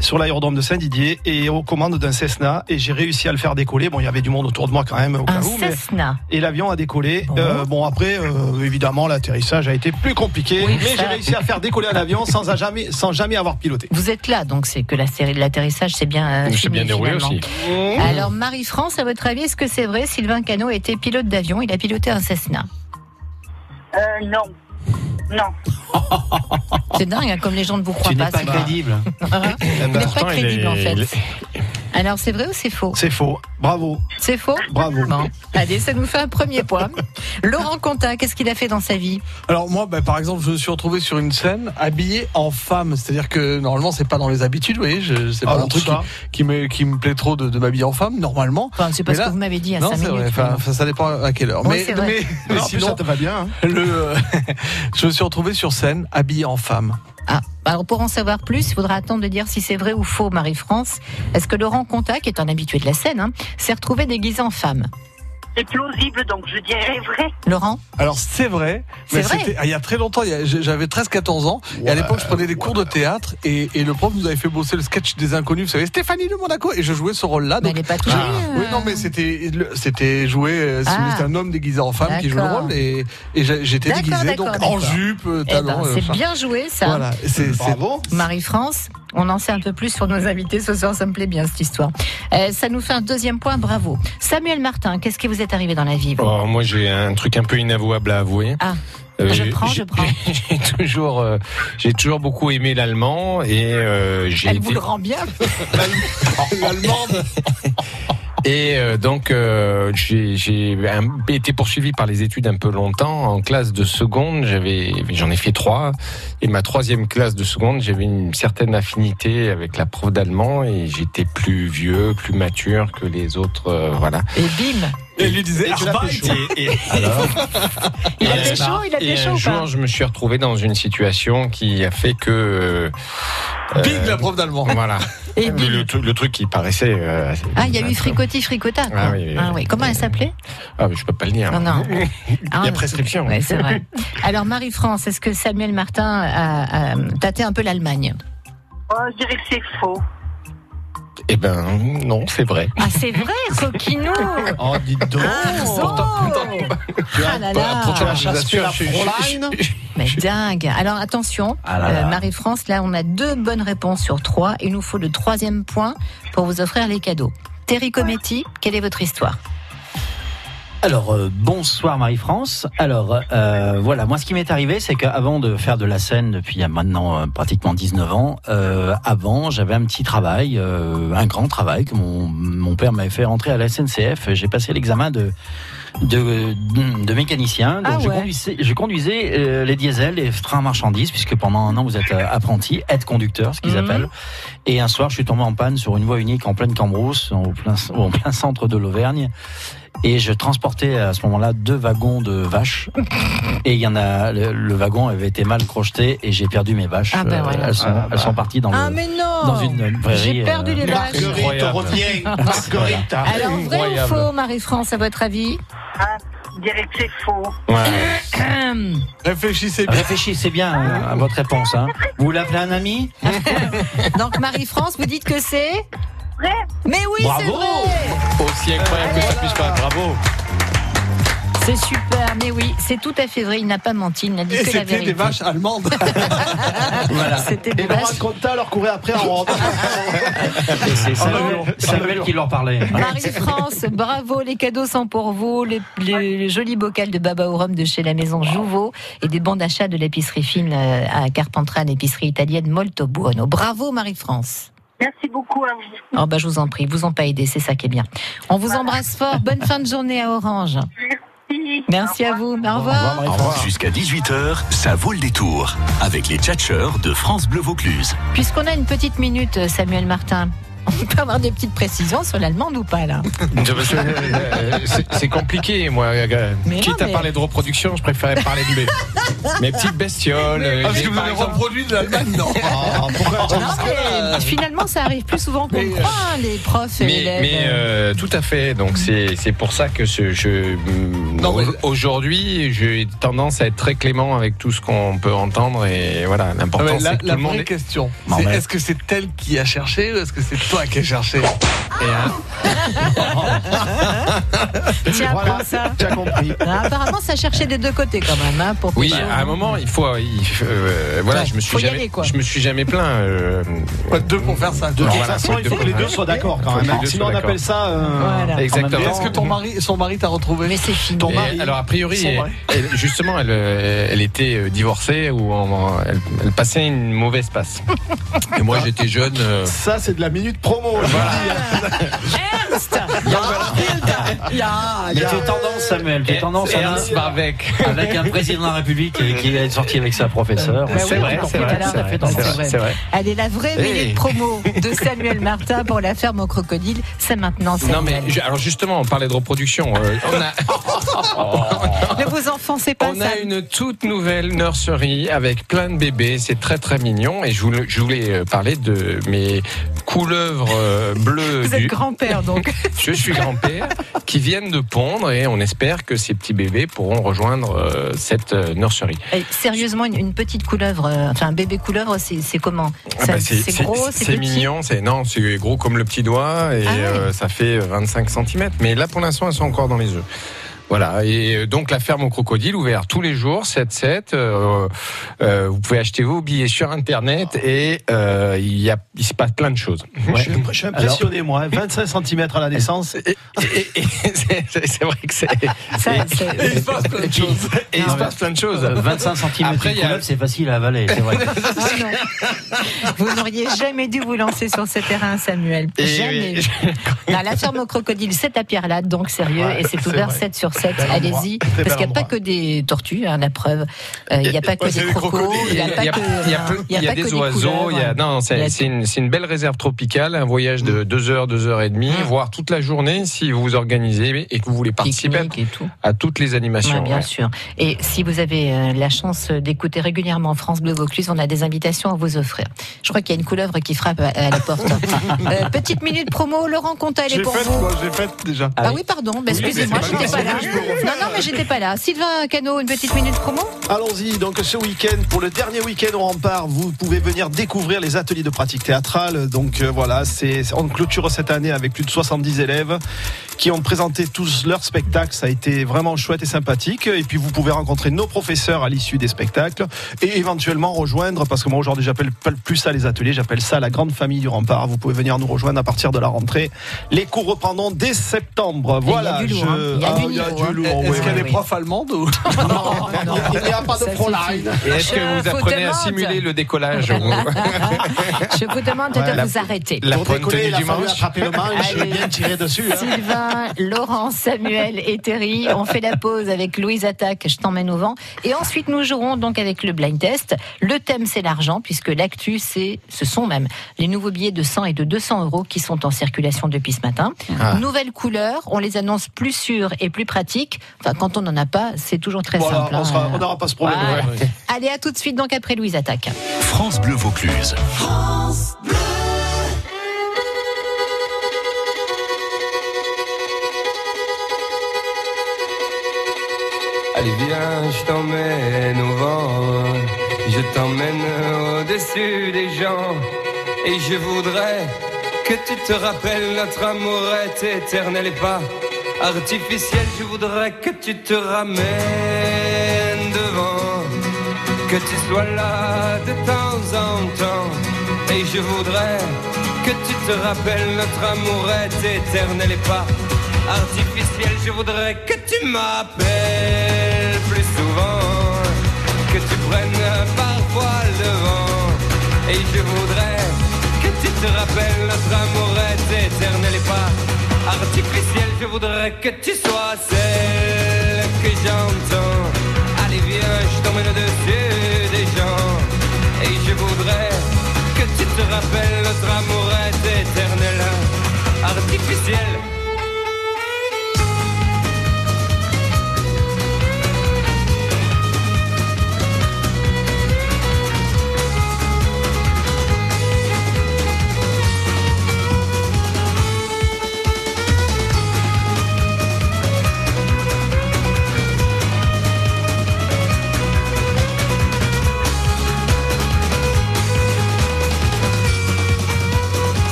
F: sur l'aérodrome de Saint-Didier et aux commandes d'un Cessna et j'ai réussi à le faire décoller. Bon, il y avait du monde autour de moi quand même au cas
C: Un
F: où, mais-
C: Cessna.
F: et l'avion a décollé. Euh, bon, après, euh, évidemment, l'atterrissage a été plus compliqué,
C: Oui,
F: mais
C: ça-
F: j'ai réussi à faire décoller un avion sans, à jamais, sans jamais avoir piloté.
C: Vous êtes là, donc c'est que la série de l'atterrissage s'est bien euh,
F: Donc, c'est
C: filmé,
F: bien déroulé
C: finalement.
F: aussi. Mmh.
C: Alors Marie-France, à votre avis, est-ce que c'est vrai Sylvain Cano était pilote d'avion, il a piloté un Cessna.
O: Euh, non. Non.
C: C'est dingue, hein, comme les gens ne vous croient pas. c'est vrai.
F: Eh ben,
C: pas crédible, en fait. Alors c'est vrai ou c'est faux
F: C'est faux. Bravo.
C: C'est faux
F: Bravo.
C: Bon. Allez, ça nous fait un premier point. Laurent Conta, qu'est-ce qu'il a fait dans sa vie
D: Alors moi, ben, par exemple, je me suis retrouvé sur une scène habillé en femme. C'est-à-dire que normalement, c'est pas dans les habitudes, vous voyez. je- C'est
F: Ah,
D: pas un
F: tout
D: truc qui,
F: ça.
D: qui me, qui me plaît trop de, de m'habiller en femme, normalement.
C: c'est pas
D: Mais
C: ce que vous m'avez dit à
D: non,
C: cinq
D: c'est
C: minutes,
D: vrai, enfin,
C: vraiment.
D: ça, ça dépend à quelle heure.
C: Oui,
D: mais
C: c'est vrai.
D: mais-
F: Non,
D: mais
F: en plus,
D: sinon,
F: ça te va bien. hein.
D: le, je me suis retrouvé sur scène habillé en femme.
C: Ah. Alors pour en savoir plus, il faudra attendre de dire si c'est vrai ou faux, Marie-France. Est-ce que Laurent Conta, qui est un habitué de la scène, hein, s'est retrouvé déguisé en femme
O: C'est plausible, donc je dirais vrai.
C: Laurent
D: Alors c'est vrai,
C: C'est
D: mais
C: vrai
D: c'était ah, il y a très longtemps, il y a- j- j'avais 13-14 ans, et à l'époque je prenais des cours de théâtre, et, et le prof nous avait fait bosser le sketch des inconnus, vous savez, Stéphanie de Monaco, et je jouais ce rôle-là. donc-
C: elle est pas euh,
D: je-
F: Ah.
D: Oui, non, mais c'était le- c'était joué, euh, c'est-
C: Ah.
D: c'était un homme déguisé en femme qui joue le
C: D'accord.
D: rôle, et, et j'a- j'étais
C: D'accord,
D: déguisé
C: d'accord,
D: donc en
C: d'accord.
D: jupe, euh,
C: Eh ben,
D: talons. euh,
C: c'est
D: enfin,
C: bien joué ça.
D: Voilà, c'est c'est-
C: Marie-France, on en sait un peu plus sur nos invités ce soir, ça me plaît bien cette histoire. Euh, ça nous fait un deuxième point, bravo. Samuel Martin, qu'est-ce qui vous est arrivé dans la vie vous
K: Oh, moi, j'ai un truc un peu inavouable à avouer.
C: Ah,
K: Euh,
C: je
K: j'ai-
C: prends, je
K: j'ai-
C: prends.
K: J'ai toujours, euh, j'ai toujours beaucoup aimé l'allemand et euh, j'ai
C: Elle vous
K: été-
C: le rend bien
D: L'allemande
K: Et euh, donc, euh, j'ai- j'ai un- été poursuivi par les études un peu longtemps. En classe de seconde, j'avais, j'en ai fait trois. Et ma troisième classe de seconde, j'avais une certaine affinité avec la prof d'allemand et j'étais plus vieux, plus mature que les autres. euh, voilà.
C: Et bim
D: Et lui disait, Arbeit
K: Il
C: avait chaud, il avait
K: et
C: chaud
K: un
C: ou pas
K: jour, je me suis retrouvé dans une situation qui a fait que. Euh,
D: Big, la prof d'allemand.
K: Voilà.
C: Et
K: le, le truc- le truc qui paraissait. euh, assez-
C: Ah, il y a eu fricotis, fricota. quoi.
K: Ah oui, oui,
C: Ah oui. Comment elle s'appelait
K: Ah, mais je peux pas le dire.
C: Non, Ah, non.
K: Il y a prescription.
C: Ouais, c'est vrai. Alors Marie-France, est-ce que Samuel Martin a, a tâté un peu l'Allemagne
O: Oh, je dirais que c'est faux.
K: Eh ben, non, c'est vrai.
C: Ah c'est vrai, coquinou
K: Oh, dites donc.
C: Oh, Ah là là.
K: Pourtant,
C: Ah,
K: je vous assure, je suis-
C: Mais dingue Alors attention,
K: Ah là là.
C: euh, Marie-France, là on a deux bonnes réponses sur trois. Il nous faut le troisième point pour vous offrir les cadeaux. Terry Cometti, quelle est votre histoire
E: Alors euh, bonsoir Marie-France. Alors euh, voilà, moi ce qui m'est arrivé, c'est qu'avant de faire de la scène depuis il y a maintenant euh, pratiquement 19 ans, euh, avant j'avais un petit travail, euh, un grand travail que mon, mon père m'avait fait rentrer à la SNCF. J'ai passé l'examen de, de de mécanicien. Donc
C: Ah
E: je
C: ouais.
E: conduisais, je conduisais, euh, les diesels, les trains marchandises, puisque pendant un an vous êtes euh, apprenti, aide conducteur, ce qu'ils
C: Mhm.
E: appellent. Et un soir, je suis tombé en panne sur une voie unique en pleine Cambrousse, au plein, au plein centre de l'Auvergne. Et je transportais à ce moment-là deux wagons de vaches. Et il y en a, le, le wagon avait été mal crocheté et j'ai perdu mes vaches.
C: Ah ben
E: Euh,
C: voilà.
E: elles, sont, elles
K: bah.
E: sont parties dans
C: Ah
E: le-
C: mais non
E: dans une prairie. euh,
C: J'ai perdu les vaches.
E: Marguerite,
K: reviens. Marguerite.
D: Ah,
C: Alors vrai ou faux Marie-France à votre avis
O: Ah, Je dirais que c'est faux.
D: Réfléchissez
E: bien. Réfléchissez bien à, à votre réponse. hein. Vous l'appelez un ami
C: Donc Marie-France, vous dites que c'est
O: Vrai
C: Mais oui, c'est
K: Bravo
C: vrai
K: Aussi incroyable que ça puisse
C: Euh,
K: pas. Bravo.
C: C'est super, mais oui, c'est tout à fait vrai, il n'a pas menti, il n'a dit
D: Et
C: que la
D: c'était
C: vérité.
D: des vaches allemandes.
E: Voilà.
C: C'était des
F: Et Laurent
C: vaches.
F: Conta leur courait après en rentrant.
E: Et c'est Samuel,
F: non.
E: Samuel qui leur parlait.
C: Marie-France, bravo, les cadeaux sont pour vous, les, les- les jolis bocals de Baba au rhum de chez la maison Jouveau et des bons d'achat de l'épicerie fine euh, à Carpentras, l'épicerie italienne Molto Buono. Bravo Marie-France.
O: Merci beaucoup à vous.
C: Oh bah je vous en prie, ils vous ont pas aidé, c'est ça qui est bien. On vous embrasse fort, bonne fin de journée à Orange. Merci à vous, au revoir.
M: Jusqu'à 18h, ça vaut le détour avec les tchatcheurs de France Bleu Vaucluse.
C: Puisqu'on a une petite minute, euh, Samuel Martin, on peut avoir des petites précisions sur l'allemande ou pas là
K: Euh, c'est- C'est compliqué, moi. euh,
C: Mais
K: Quitte
C: non,
K: à
C: mais-
K: parler de reproduction, je préférais parler de mes, mes petites bestioles. euh,
D: Ah, Parce
K: des-
D: que vous
K: par
D: avez
K: exemple-
D: reproduit de l'Allemagne, non
C: Ah, Non, mais finalement, ça arrive plus souvent qu'on le croit, hein, les profs et
K: euh, Mais,
C: élèves.
K: mais, euh, tout à fait. Donc c'est c'est pour ça que ce, je
D: Non, mais-
K: au- aujourd'hui j'ai tendance à être très clément avec tout ce qu'on peut entendre et voilà
D: Ah,
K: l'important
D: mais la
K: c'est que tout
D: la
K: le monde
D: vraie
K: est-
D: question,
K: Non,
D: c'est
K: mais-
D: est-ce que c'est elle qui a cherché ou est-ce que c'est toi qui as cherché
K: et, hein,
C: Tiens,
F: Voilà.
C: prends ça.
F: Tu as compris.
C: Ah, apparemment, ça cherchait des deux côtés quand même. hein, pour
K: Oui, ah,
C: que-
K: Bah, à un moment il faut il faut- euh, voilà
C: Ouais,
K: je me suis
C: faut y
K: jamais
C: aller, quoi.
K: je me suis jamais plaint. euh,
D: Pas deux pour faire ça.
F: De
K: Non,
F: toute
K: voilà,
F: façon,
K: c'est
F: il faut
K: deux
F: que les
K: points.
F: deux soient d'accord
K: Faut
F: quand
K: que les
F: même. hein.
K: deux
F: Sinon,
K: soient
F: on appelle
K: d'accord.
F: ça. euh,
C: Voilà.
F: en
K: Exactement.
D: Et
F: même temps,
D: Est-ce que ton mari, son mari t'a retrouvé
C: Mais c'est fini.
F: Ton
K: Et
F: mari.
K: alors a priori,
D: Son
K: elle,
D: mari.
K: elle- justement, elle, euh, elle était euh, divorcée ou en- elle, elle passait une mauvaise passe. Et moi, j'étais jeune. euh,
F: Ça, c'est de la minute promo. je vous le dis, hein.
C: Ernst
K: donc voilà.
E: Mais tu as tendance, Samuel, tu as tendance à
K: Ernst Barbeck.
E: avec un président de la République qui- qui est sorti avec sa professeure.
C: Bah oui, tout à l'heure, t'as fait tendance, c'est vrai. Allez, la vraie
K: Hey.
C: minute promo de Samuel Martin pour la ferme aux crocodiles, c'est maintenant.
K: Non, mais
C: Samuel.
K: je- alors justement, on parlait de reproduction. euh, on a.
C: Ne vous enfoncez pas,
K: On a une toute nouvelle nurserie avec plein de bébés. C'est très très mignon. Et je voulais, je voulais, euh, parler de mes couleuvres euh, bleues.
C: Vous êtes grand-père, donc.
K: je suis grand-père qui viennent de pondre et on espère que ces petits bébés pourront rejoindre euh, cette euh, nurserie.
C: Eh, Sérieusement, une, une petite couleuvre, euh, enfin un bébé couleuvre, c'est c'est comment
K: Ah
C: Ça-
K: bah,
C: C'est gros,
K: c'est
C: c'est petit. Ah
K: mignon, c'est non, c'est gros comme le petit doigt et euh, ça fait 25 cm. Mais là pour l'instant, elles sont encore dans les œufs. Voilà, et euh, donc la ferme aux crocodiles ouverte tous les jours, 7-7. euh, euh, vous pouvez acheter vos billets sur Internet et euh, il, y a, il se passe plein de choses.
F: Je, suis, je suis impressionné, moi. hein. 25 cm à la naissance.
K: c'est vrai que c'est.
F: Ça,
K: et-
F: c'est-
K: et il se passe plein de choses. Et il se passe plein de choses.
E: 25 cm
K: Après, il y a-
E: c'est facile à avaler, c'est vrai.
C: Ah non. Vous n'auriez jamais dû vous lancer sur ce terrain, Samuel.
E: Eh
C: jamais. Non, Bah, la ferme aux crocodiles, c'est à Pierre-Latte, donc sérieux,
E: Ouais,
C: et c'est
E: c'est
C: ouvert
E: vrai.
C: 7 sur 7.
E: Bel endroit.
C: Allez-y,
E: Très
C: parce
E: bel
C: qu'il n'y a pas que des tortues, hein, la preuve. Euh, Il n'y a pas que
K: Ouais, c'est
C: des
K: des
C: crocos,
K: crocodiles.
C: il n'y a pas
K: il y a-
C: que.
K: il y a peu-
C: Ah, il y a
K: il y a
C: pas que
K: des
C: des hein.
K: oiseaux. il y a-
C: couleuvres.
K: Non,
C: Il y a
K: c'est
C: Mm.
K: c'est une, c'est une belle réserve tropicale, un voyage de deux heures, deux heures et demie, voire toute la journée si vous vous organisez et que vous voulez participer à toutes les animations.
C: Ouais, bien
K: ouais.
C: sûr. Et si vous avez euh, la chance d'écouter régulièrement France Bleu Vaucluse, on a des invitations à vous offrir. Je crois qu'il y a une couleuvre qui frappe à, à la porte. Euh, petite minute promo, Laurent Conta, elle est
D: J'ai
C: pour
D: fait,
C: vous.
D: moi, j'ai fait déjà.
C: Ah oui, pardon, bah,
D: Oui, mais
C: excusez-moi,
D: c'est pas
C: j'étais pas
D: grave,
C: là.
D: c'est
C: Non, non, mais j'étais pas là. Sylvain Cano, une petite minute promo
F: Allons-y, donc ce week-end, pour le dernier week-end au rempart, vous pouvez venir découvrir les ateliers de pratique théâtrale. Donc euh, voilà, c'est on clôture cette année avec plus de 70 élèves qui ont présenté tous leurs spectacles. Ça a été vraiment chouette et sympathique. Et puis vous pouvez rencontrer nos professeurs à l'issue des spectacles et éventuellement rejoindre, parce que moi aujourd'hui j'appelle pas plus ça les ateliers, j'appelle ça la grande famille du rempart. Vous pouvez venir nous rejoindre à partir de la rentrée. Les cours reprendront dès septembre. Voilà.
D: du lourd, hein.
F: je-
D: Il y a
F: Ah,
D: du
F: il y a
D: niveau, hein.
F: du lourd,
D: Est-ce
F: oui,
D: qu'il y a
F: oui,
D: des
F: oui.
D: profs allemands ou
F: Il n'y a pas de
C: Ça
F: proline.
C: suffit.
K: Et est-ce que
C: Je
K: vous
C: vous
K: apprenez à
C: demande.
K: simuler le décollage
C: Je vous demande de
K: Ouais, la-
C: vous arrêter.
K: la Pour pointe décoller, du il a fallu manche. attraper le manche
F: et bien tirer dessus, hein.
C: Sylvain, Laurent, Samuel et Terry, on fait la pause avec Louise Attaque, Je t'emmène au vent. Et ensuite, nous jouerons donc avec le blind test. Le thème, c'est l'argent, puisque l'actu, c'est, ce sont même les nouveaux billets de 100 et de 200 euros qui sont en circulation depuis ce matin.
K: Ah.
C: Nouvelles couleurs, on les annonce plus sûres et plus pratiques. Enfin, quand on n'en a pas, c'est toujours très
F: Voilà,
C: simple.
F: on
C: hein.
F: sera- on n'aura pas ce problème.
C: Voilà.
F: Ouais, ouais.
C: Allez, à tout de suite, donc après Louise Attaque.
M: France Bleu Vaucluse.
P: Allez viens, je t'emmène au vent, je t'emmène au-dessus des gens, et je voudrais que tu te rappelles notre amour est éternel et pas artificiel, je voudrais que tu te ramènes devant, que tu sois là de temps en temps, et je voudrais que tu te rappelles notre amour est éternel et pas artificiel, je voudrais que tu m'appelles plus souvent, que tu prennes parfois le vent. Et je voudrais que tu te rappelles notre amour est éternel et pas artificiel, je voudrais que tu sois celle que j'entends. Allez viens, je t'emmène au-dessus des gens. Et je voudrais que tu te rappelles notre amour est éternel, hein. artificiel.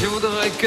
P: Je voudrais que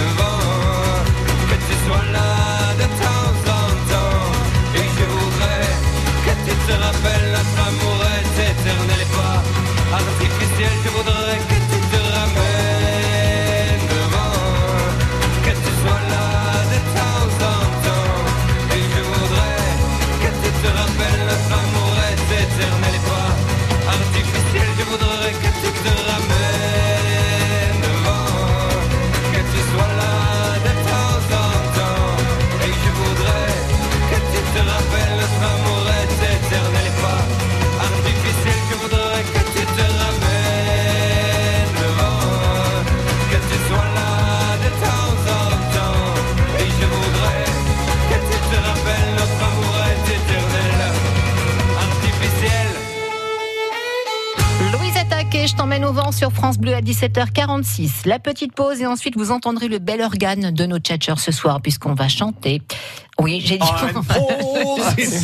P: devant, que tu sois là de
C: écoutez Je t'emmène au vent sur France Bleu à 17h46. La petite pause et ensuite vous entendrez le bel organe de nos tchatchers ce soir puisqu'on va chanter. Oui, j'ai dit.
B: Oh, une pause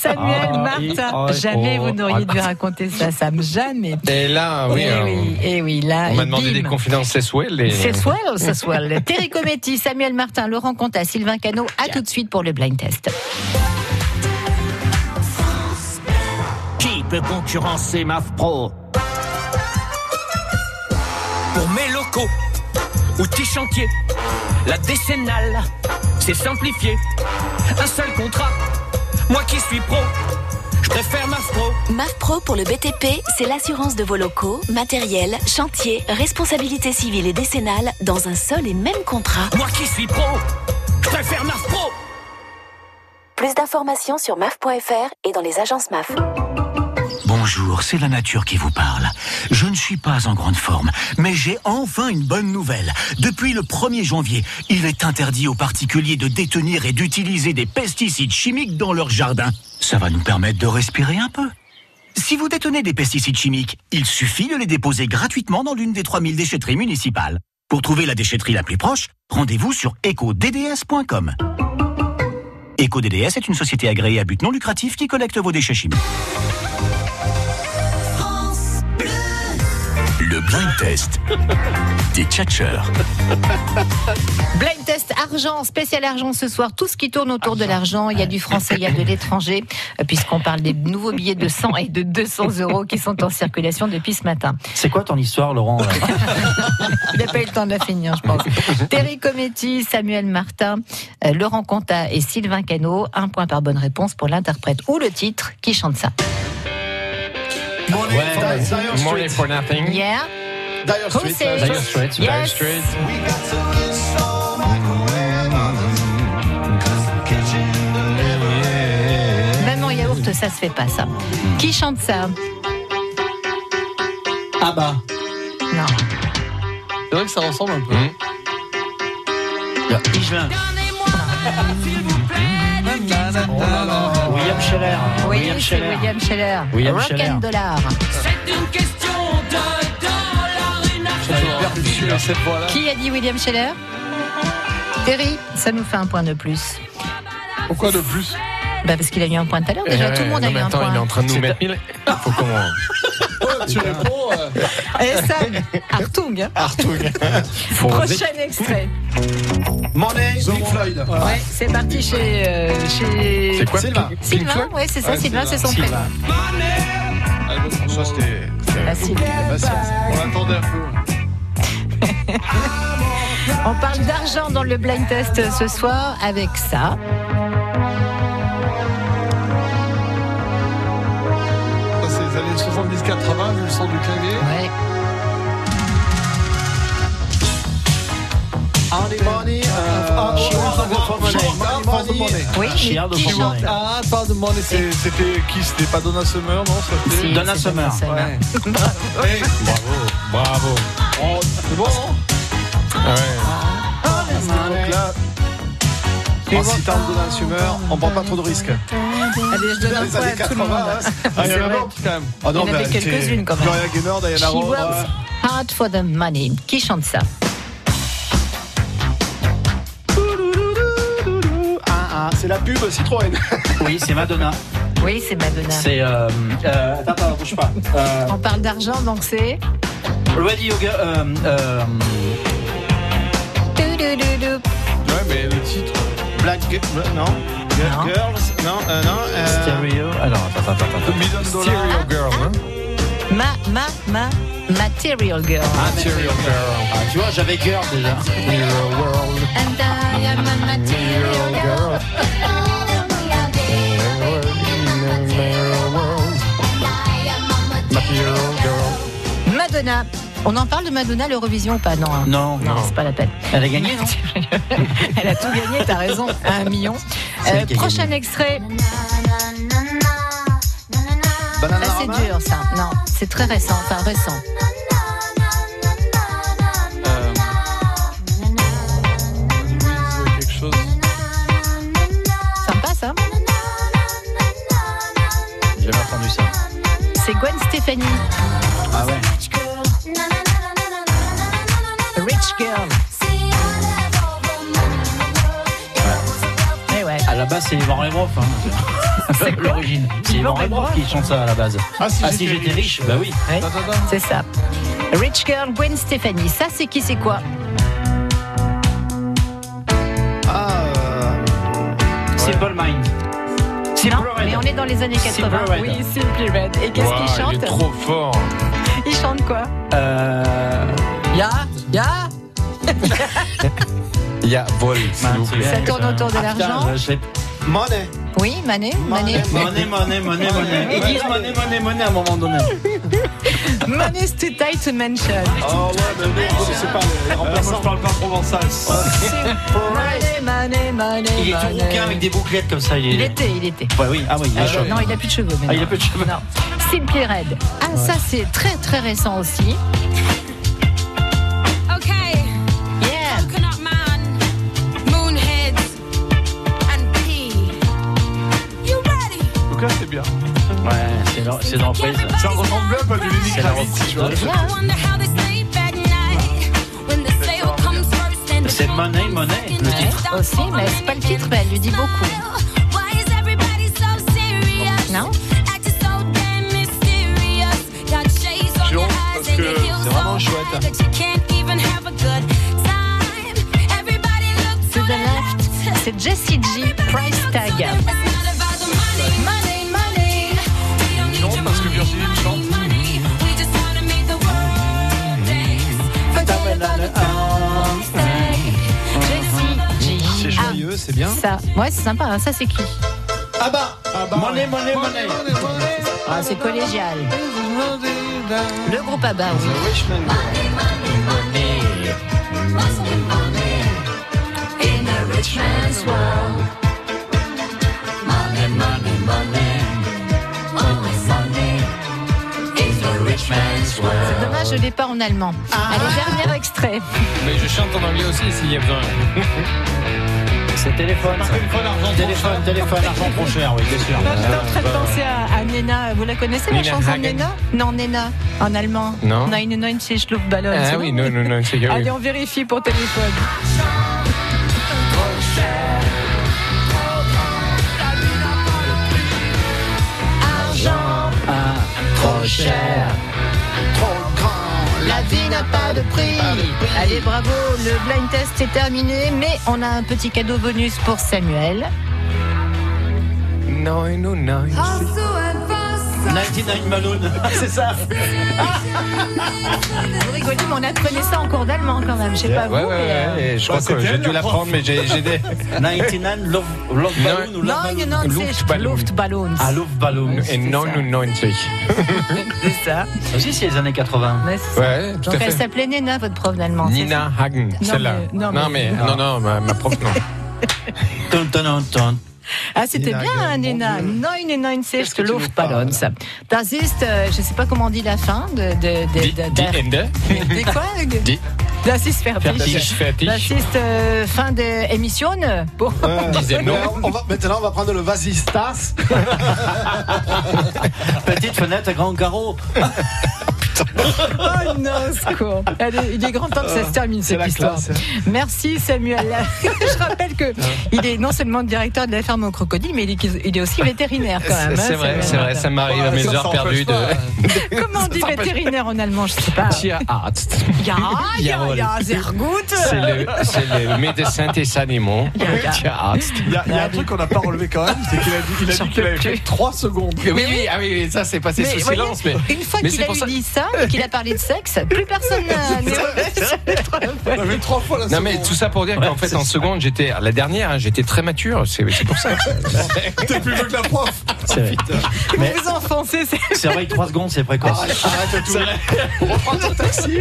C: Samuel,
K: Ah,
C: Martin,
K: oui, oh,
C: jamais
K: oh,
C: vous n'auriez dû raconter ça, Sam, jamais.
K: Et là, oui,
C: Eh
K: euh,
C: oui, eh oui, là,
K: on
C: et
K: m'a demandé des
C: bim.
K: confidences sexuelles. et-
C: C'est swell, c'est swell. Terry Cometti, Samuel Martin, Laurent Conta, Sylvain Cano, à tout de suite pour le blind test.
Q: Qui peut concurrencer MAF Pro Pour mes locaux, outils chantiers, la décennale, c'est simplifié. Un seul contrat, moi qui suis pro, je préfère MAF Pro.
N: MAF Pro pour le BTP, c'est l'assurance de vos locaux, matériel, chantier, responsabilité civile et décennale dans un seul et même contrat.
Q: Moi qui suis pro, je préfère MAF Pro.
N: Plus d'informations sur maf.fr et dans les agences MAF.
R: Bonjour, c'est la nature qui vous parle. Je ne suis pas en grande forme, mais j'ai enfin une bonne nouvelle. Depuis le 1er janvier, il est interdit aux particuliers de détenir et d'utiliser des pesticides chimiques dans leur jardin. Ça va nous permettre de respirer un peu. Si vous détenez des pesticides chimiques, il suffit de les déposer gratuitement dans l'une des 3000 déchetteries municipales. Pour trouver la déchetterie la plus proche, rendez-vous sur ecodds.com. EcoDDS est une société agréée à but non lucratif qui collecte vos déchets chimiques.
M: Le blind test des tchatcheurs.
C: Blind test argent, spécial argent ce soir. Tout ce qui tourne autour de l'argent, il y a du français, il y a de l'étranger, euh, puisqu'on parle des nouveaux billets de 100 et de 200 euros qui sont en circulation depuis ce matin.
E: C'est quoi ton histoire, Laurent
C: Il n'a pas eu le temps de la finir, je pense. Terry Cometti, Samuel Martin, euh, Laurent Conta et Sylvain Cano. Un point par bonne réponse pour l'interprète ou le titre qui chante ça.
K: Ouais, Money for nothing.
C: Yeah.
K: Dire
C: Who
K: Straits, Dire
C: says-
K: Straits, Dire
C: Yes.
K: Straits.
C: Même en yaourt, ça se fait pas, ça. Qui chante ça
D: Ah bah.
C: Non.
D: C'est vrai que ça ressemble un peu.
E: William Scheller.
C: Oui,
E: William
C: c'est
E: Scheller.
C: William Scheller.
E: William
C: Rock
E: Scheller.
C: and Dollar.
H: C'est une question de dollars, une affaire de
C: Qui a dit William Scheller Terry, ça nous fait un point de plus.
D: Pourquoi de plus
C: bah Parce qu'il a eu un point tout à l'heure. Déjà,
K: Ouais,
C: tout le monde a
K: Eh, non,
C: eu
K: mais
C: un
K: attends,
C: point.
K: il est Euh, en train de nous mettre mille. Faut comment
D: Tu réponds.
C: Et ça, Artung. hein.
K: Faut
C: Prochain extrait.
F: Money, Pink Floyd.
C: Ouais, c'est parti chez. euh, chez...
F: C'est quoi,
C: Sylvain
F: Pink- Pink
C: Sylvain,
F: Floyd
C: ouais, c'est ça,
F: Ouais,
C: Sylvain, c'est son
F: Sylvain.
C: prénom.
F: Ça, c'était.
C: Facile. bah.
F: On attendait un peu.
C: On parle d'argent dans le blind test ce soir avec ça.
D: Ça, c'est les années 70-80, vu le son du clavier.
C: Ouais.
D: Only money, uh, she wants to go for money. Money, money.
E: Oui, She mais has the qui for money. chante
D: Ah, pas de money. C'est- C'était qui C'était pas Donna Summer, non ça
E: Si,
D: fait...
E: Donna c'est Summer. Donna Summer.
D: Ouais. Hey.
K: Bravo.
D: Oh, c'est bon, hein
F: Donc là, en citant Donald Summer, on prend pas trop de risques.
C: Allez, je donne un
F: Les
C: point
F: années
C: à tout le monde.
F: 80, hein. Ah, il y en a
C: C'est
F: beaucoup, quand même.
C: Il y en avait
F: mais
C: quelques-unes, quand même.
F: Gloria Gaynor, Diana
C: She
F: Ross.
C: works hard for the money. Qui chante ça
F: Ah, c'est la pub Citroën.
E: Oui, c'est Madonna.
C: Oui, c'est Madonna.
E: C'est. Euh, euh, attends, attends, bouge pas. Euh,
C: On parle d'argent, donc c'est.
E: Ready Yoga. Euh, euh,
C: Toudoudou.
F: Ouais, mais le titre. Black Girl.
E: euh,
F: Non. Girls. Non, euh, non. Euh...
E: Stereo. Alors, attends, attends, attends.
F: Stereo
E: Ah,
F: Girl. Hein.
C: Ma, ma, ma, Material Girl.
E: Material Girl. Ah, tu vois, j'avais cœur déjà.
C: And I am a material girl. Madonna. On en parle de Madonna, l'Eurovision ou pas Non. hein.
E: Non,
C: non, c'est pas la peine.
E: Elle a gagné, non
C: Elle a tout gagné, t'as raison, à un million.
E: C'est
C: Euh,
E: elle qui a
C: prochain extrait. Ça, c'est dur, ça. Non, c'est très récent, enfin récent.
D: Euh, Louise, quelque chose.
C: Sympa, ça
E: J'ai jamais entendu ça.
C: c'est Gwen Stefani.
E: Ah ouais.
C: Rich Girl. Eh ouais.
E: À la base, c'est Yvan Rebroff. Hein. L'origine. C'est Yvan Rebroff qui chante ça à la base. Ah si, j'étais riche, bah oui.
C: Ouais, C'est ça. Rich Girl, Gwen Stefani. Ça, c'est qui, c'est quoi
E: Simple Mind.
C: Non, mais on est dans les années 80.
E: Simple Red.
C: Oui, Simply Red. Et qu'est-ce qu'il chante
K: Il est trop fort.
C: Il chante quoi
E: Euh...
C: Ya, ya.
K: Il y a vol, s'il vous plaît.
C: Ça tourne autour de l'argent.
E: Money.
C: Oui, Mané, Mané.
E: Money, money, money, money. Ils disent money, money, money à un moment donné.
C: Money's too tight to mention.
F: Oh ouais, mais non, c'est pas les
E: Euh,
F: remplaçants. Je parle pas provençal.
C: Mané, Mané, Mané,
E: Il est tout
C: Mané.
E: rouquin avec des bouclettes comme ça.
C: Bah, Il était, il était.
E: Ouais, oui, ah oui, il
C: Euh,
E: est chaud.
C: non, il a plus de cheveux. maintenant.
E: Ah, il a plus de cheveux.
C: Non. Simply Red. Ah, ça, c'est très, très récent aussi.
H: Okay.
C: Yeah.
H: Coconut man, moonheads, and pea. You ready?
D: En tout cas, c'est bien.
E: Ouais, c'est leur- c'est leur reprise.
D: Ça ressemble bien pas du Lenny
E: C'est la
D: Kravitz,
E: reprise
D: tu vois.
E: de-
H: I wonder how they sleep at night when the sale comes first and
E: C'est Money, Money, le titre.
C: Aussi, mais c'est pas le titre, mais elle lui dit beaucoup.
H: Why is everybody so serious?
C: Non.
H: Acting so damn mysterious. Got shades on your eyes and your heels so high that you can't even have a good time. Everybody look
C: To the left, c'est Jessie G, Price Tag.
H: money, money. We don't need your
D: Parce que Virginie chante.
H: money. We just wanna make the world dance. Forget about the phones, stay.
C: Jessie G.
F: C'est
C: Ah,
F: joyeux, c'est bien.
C: Ça, ouais, c'est sympa. hein. Ça, c'est qui
E: Ah bah, money, money, money.
C: Ah, C'est collégial. Le groupe ABBA, oui.
H: In a rich man's world. Money, money, money. Always money. Is a rich man's world.
C: Dommage, je l'ai pas en allemand.
E: Ah.
C: Allez, dernier extrait.
K: Mais je chante en anglais aussi s'il y a besoin.
E: C'est téléphone. Téléphone, téléphone, argent trop cher, oui, bien sûr.
C: J'étais en train de penser à, à Nena. Vous la connaissez, la
K: Nina
C: chanson
K: Hagen.
C: Nena Non, Nena, en allemand.
K: Non.
C: Nein, nein, c'est Schluffballon.
K: Ah
C: c'est
K: oui,
C: bon
K: non, non, non, c'est que oui.
C: Allez, on vérifie pour téléphone.
E: Trop cher.
C: La vie n'a pas de prix. Allez, bravo, le blind test est terminé, mais on a un petit cadeau bonus pour Samuel.
K: Non, non, non.
E: 99 Malone, c'est ça.
C: Vous rigolez, mais on apprenait ça en cours d'allemand quand même, je sais pas
K: Ouais, ouais,
C: vous. euh,
K: ouais. et Je crois que j'ai dû l'apprendre, mais j'ai j'ai des.
E: 99 Love, love Balloon ou Love
C: Non,
E: Balloon
C: non, c'est
K: Luftballon.
C: Luftballons.
E: Ah, Love Balloon.
K: Et non, non, non, c'est que-
C: C'est ça.
E: Aussi, c'est les années 80.
C: Ouais, c'est ça.
K: Ouais, tout
C: Donc
K: à
C: elle
K: fait.
C: s'appelait Nena, votre prof d'allemand. c'est
K: Nina Hagen,
C: Non,
K: celle-là.
C: mais- non,
K: Non,
C: mais-
K: mais non, non, ma ma prof, non.
E: Ton, ton, ton, ton.
C: Ah, c'était bien, hein, Nena. 99 Luftballons. Das ist, euh, je sais pas comment on dit la fin de. de, de,
K: Die
C: de-
K: die
C: der-
K: Ende.
C: des quoi
K: Die
C: Das ist fertig.
K: Fertig. Fertig.
C: Das ist euh, fin de émission. Bon.
K: Disait non.
F: On va, maintenant, on va prendre le Vasistas.
E: Petite fenêtre, grand carreau.
C: Oh non, secours. Allez, il est grand temps que ça se termine cette
F: la
C: histoire.
F: classe,
K: hein.
C: Merci Samuel. Je rappelle que
K: Ah.
C: il est non seulement directeur de la ferme aux crocodiles, mais il est, il est aussi vétérinaire quand même. hein,
K: C'est
C: Samuel.
K: vrai, c'est vrai, ça m'arrive à mes
F: ça
K: heures
F: s'en
K: perdues
F: empêche pas,
K: de.
C: Comment on dit vétérinaire en allallemand Je sais pas.
K: Tierarzt.
C: Ja, ja,
K: Jawohl.
C: ja, sehr gut.
K: C'est le, c'est le médecin des animaux. Tierarzt.
D: Il y a, Ah, il
C: Ah
D: y a un truc qu'on n'a pas relevé quand même, c'est qu'il a dit qu'il a dit qu'il avait fait 3 secondes.
K: Oui, oui, ah oui, oui, ça c'est passé sous
C: voyez,
K: silence, mais.
C: une fois
K: mais
C: qu'il
K: c'est
C: a
K: pour
C: eu
K: ça-
C: dit ça et qu'il a parlé de sexe, plus personne n'a- n'est
D: Il avait 3 fois la
K: Non
D: seconde.
K: mais tout ça pour dire qu'en fait en seconde j'étais à la dernière hein, j'étais très mature c'est c'est pour ça
D: T'es plus vieux que la prof.
E: C'est vrai. Mais
C: vous enfoncez. c'est-
K: Ah,
E: c'est vrai que 3 secondes, c'est précoce.
F: Arrête tout. On reprend ton taxi.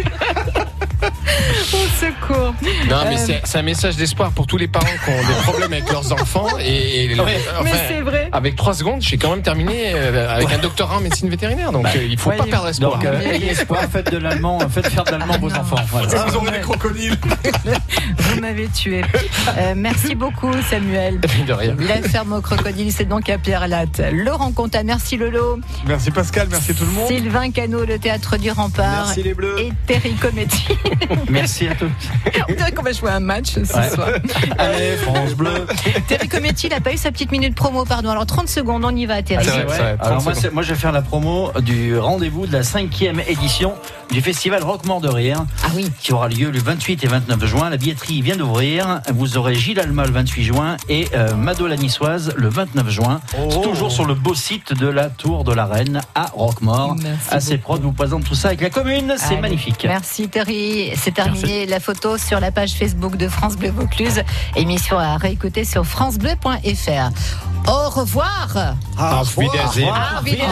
C: Au secours.
K: Non, mais
C: Euh,
K: c'est- c'est un message d'espoir pour tous les parents qui ont des problèmes avec leurs enfants. Et, et-
C: Ouais. Mais c'est vrai.
K: Avec trois secondes, j'ai quand même terminé euh, avec un doctorat en médecine vétérinaire. Donc
E: Bah,
K: euh, il faut
E: ouais,
K: pas perdre espoir.
E: Donc, euh, ayez espoir, faites de l'allemand, euh, faites faire de l'allemand à vos enfants. Voilà.
K: Ils ont des crocodiles.
C: Vous m'avez tué. Euh, merci beaucoup, Samuel.
K: De rien.
C: La ferme aux crocodiles, c'est donc à Pierre Latte. Laurent Conta, merci Lolo.
D: Merci Pascal, merci tout le monde.
C: Sylvain Cano, le théâtre du rempart.
D: Merci les Bleus.
C: Et Terry Cometti.
E: Merci à tous.
C: On dirait qu'on va jouer un match ce
E: Ouais.
C: soir. Euh,
E: Allez, France Bleu.
C: Terry Cometti, il n'a pas eu sa petite minute promo, pardon. Alors 30 secondes, on y va, Terry.
E: Alors moi, Ah, c'est- moi, je vais faire la promo du rendez-vous de la cinquième édition du festival Rock Mort de Rire, qui aura lieu le 28 et 29 juin. La billetterie vient d'ouvrir. Vous aurez Gilles Alma le 28 juin et euh, Mado la Niçoise le 29 juin. C'est Toujours sur le beau site de la Tour de la Reine à Roquemort. Assez prod vous présente tout ça avec la commune. C'est
C: Allez.
E: magnifique.
C: Merci Terry. C'est terminé la photo sur la page Facebook de France Bleu Vaucluse. Émission à réécouter sur francebleu.fr. Au revoir. Ah,
B: Auf Wiedersehen.
C: Au revoir.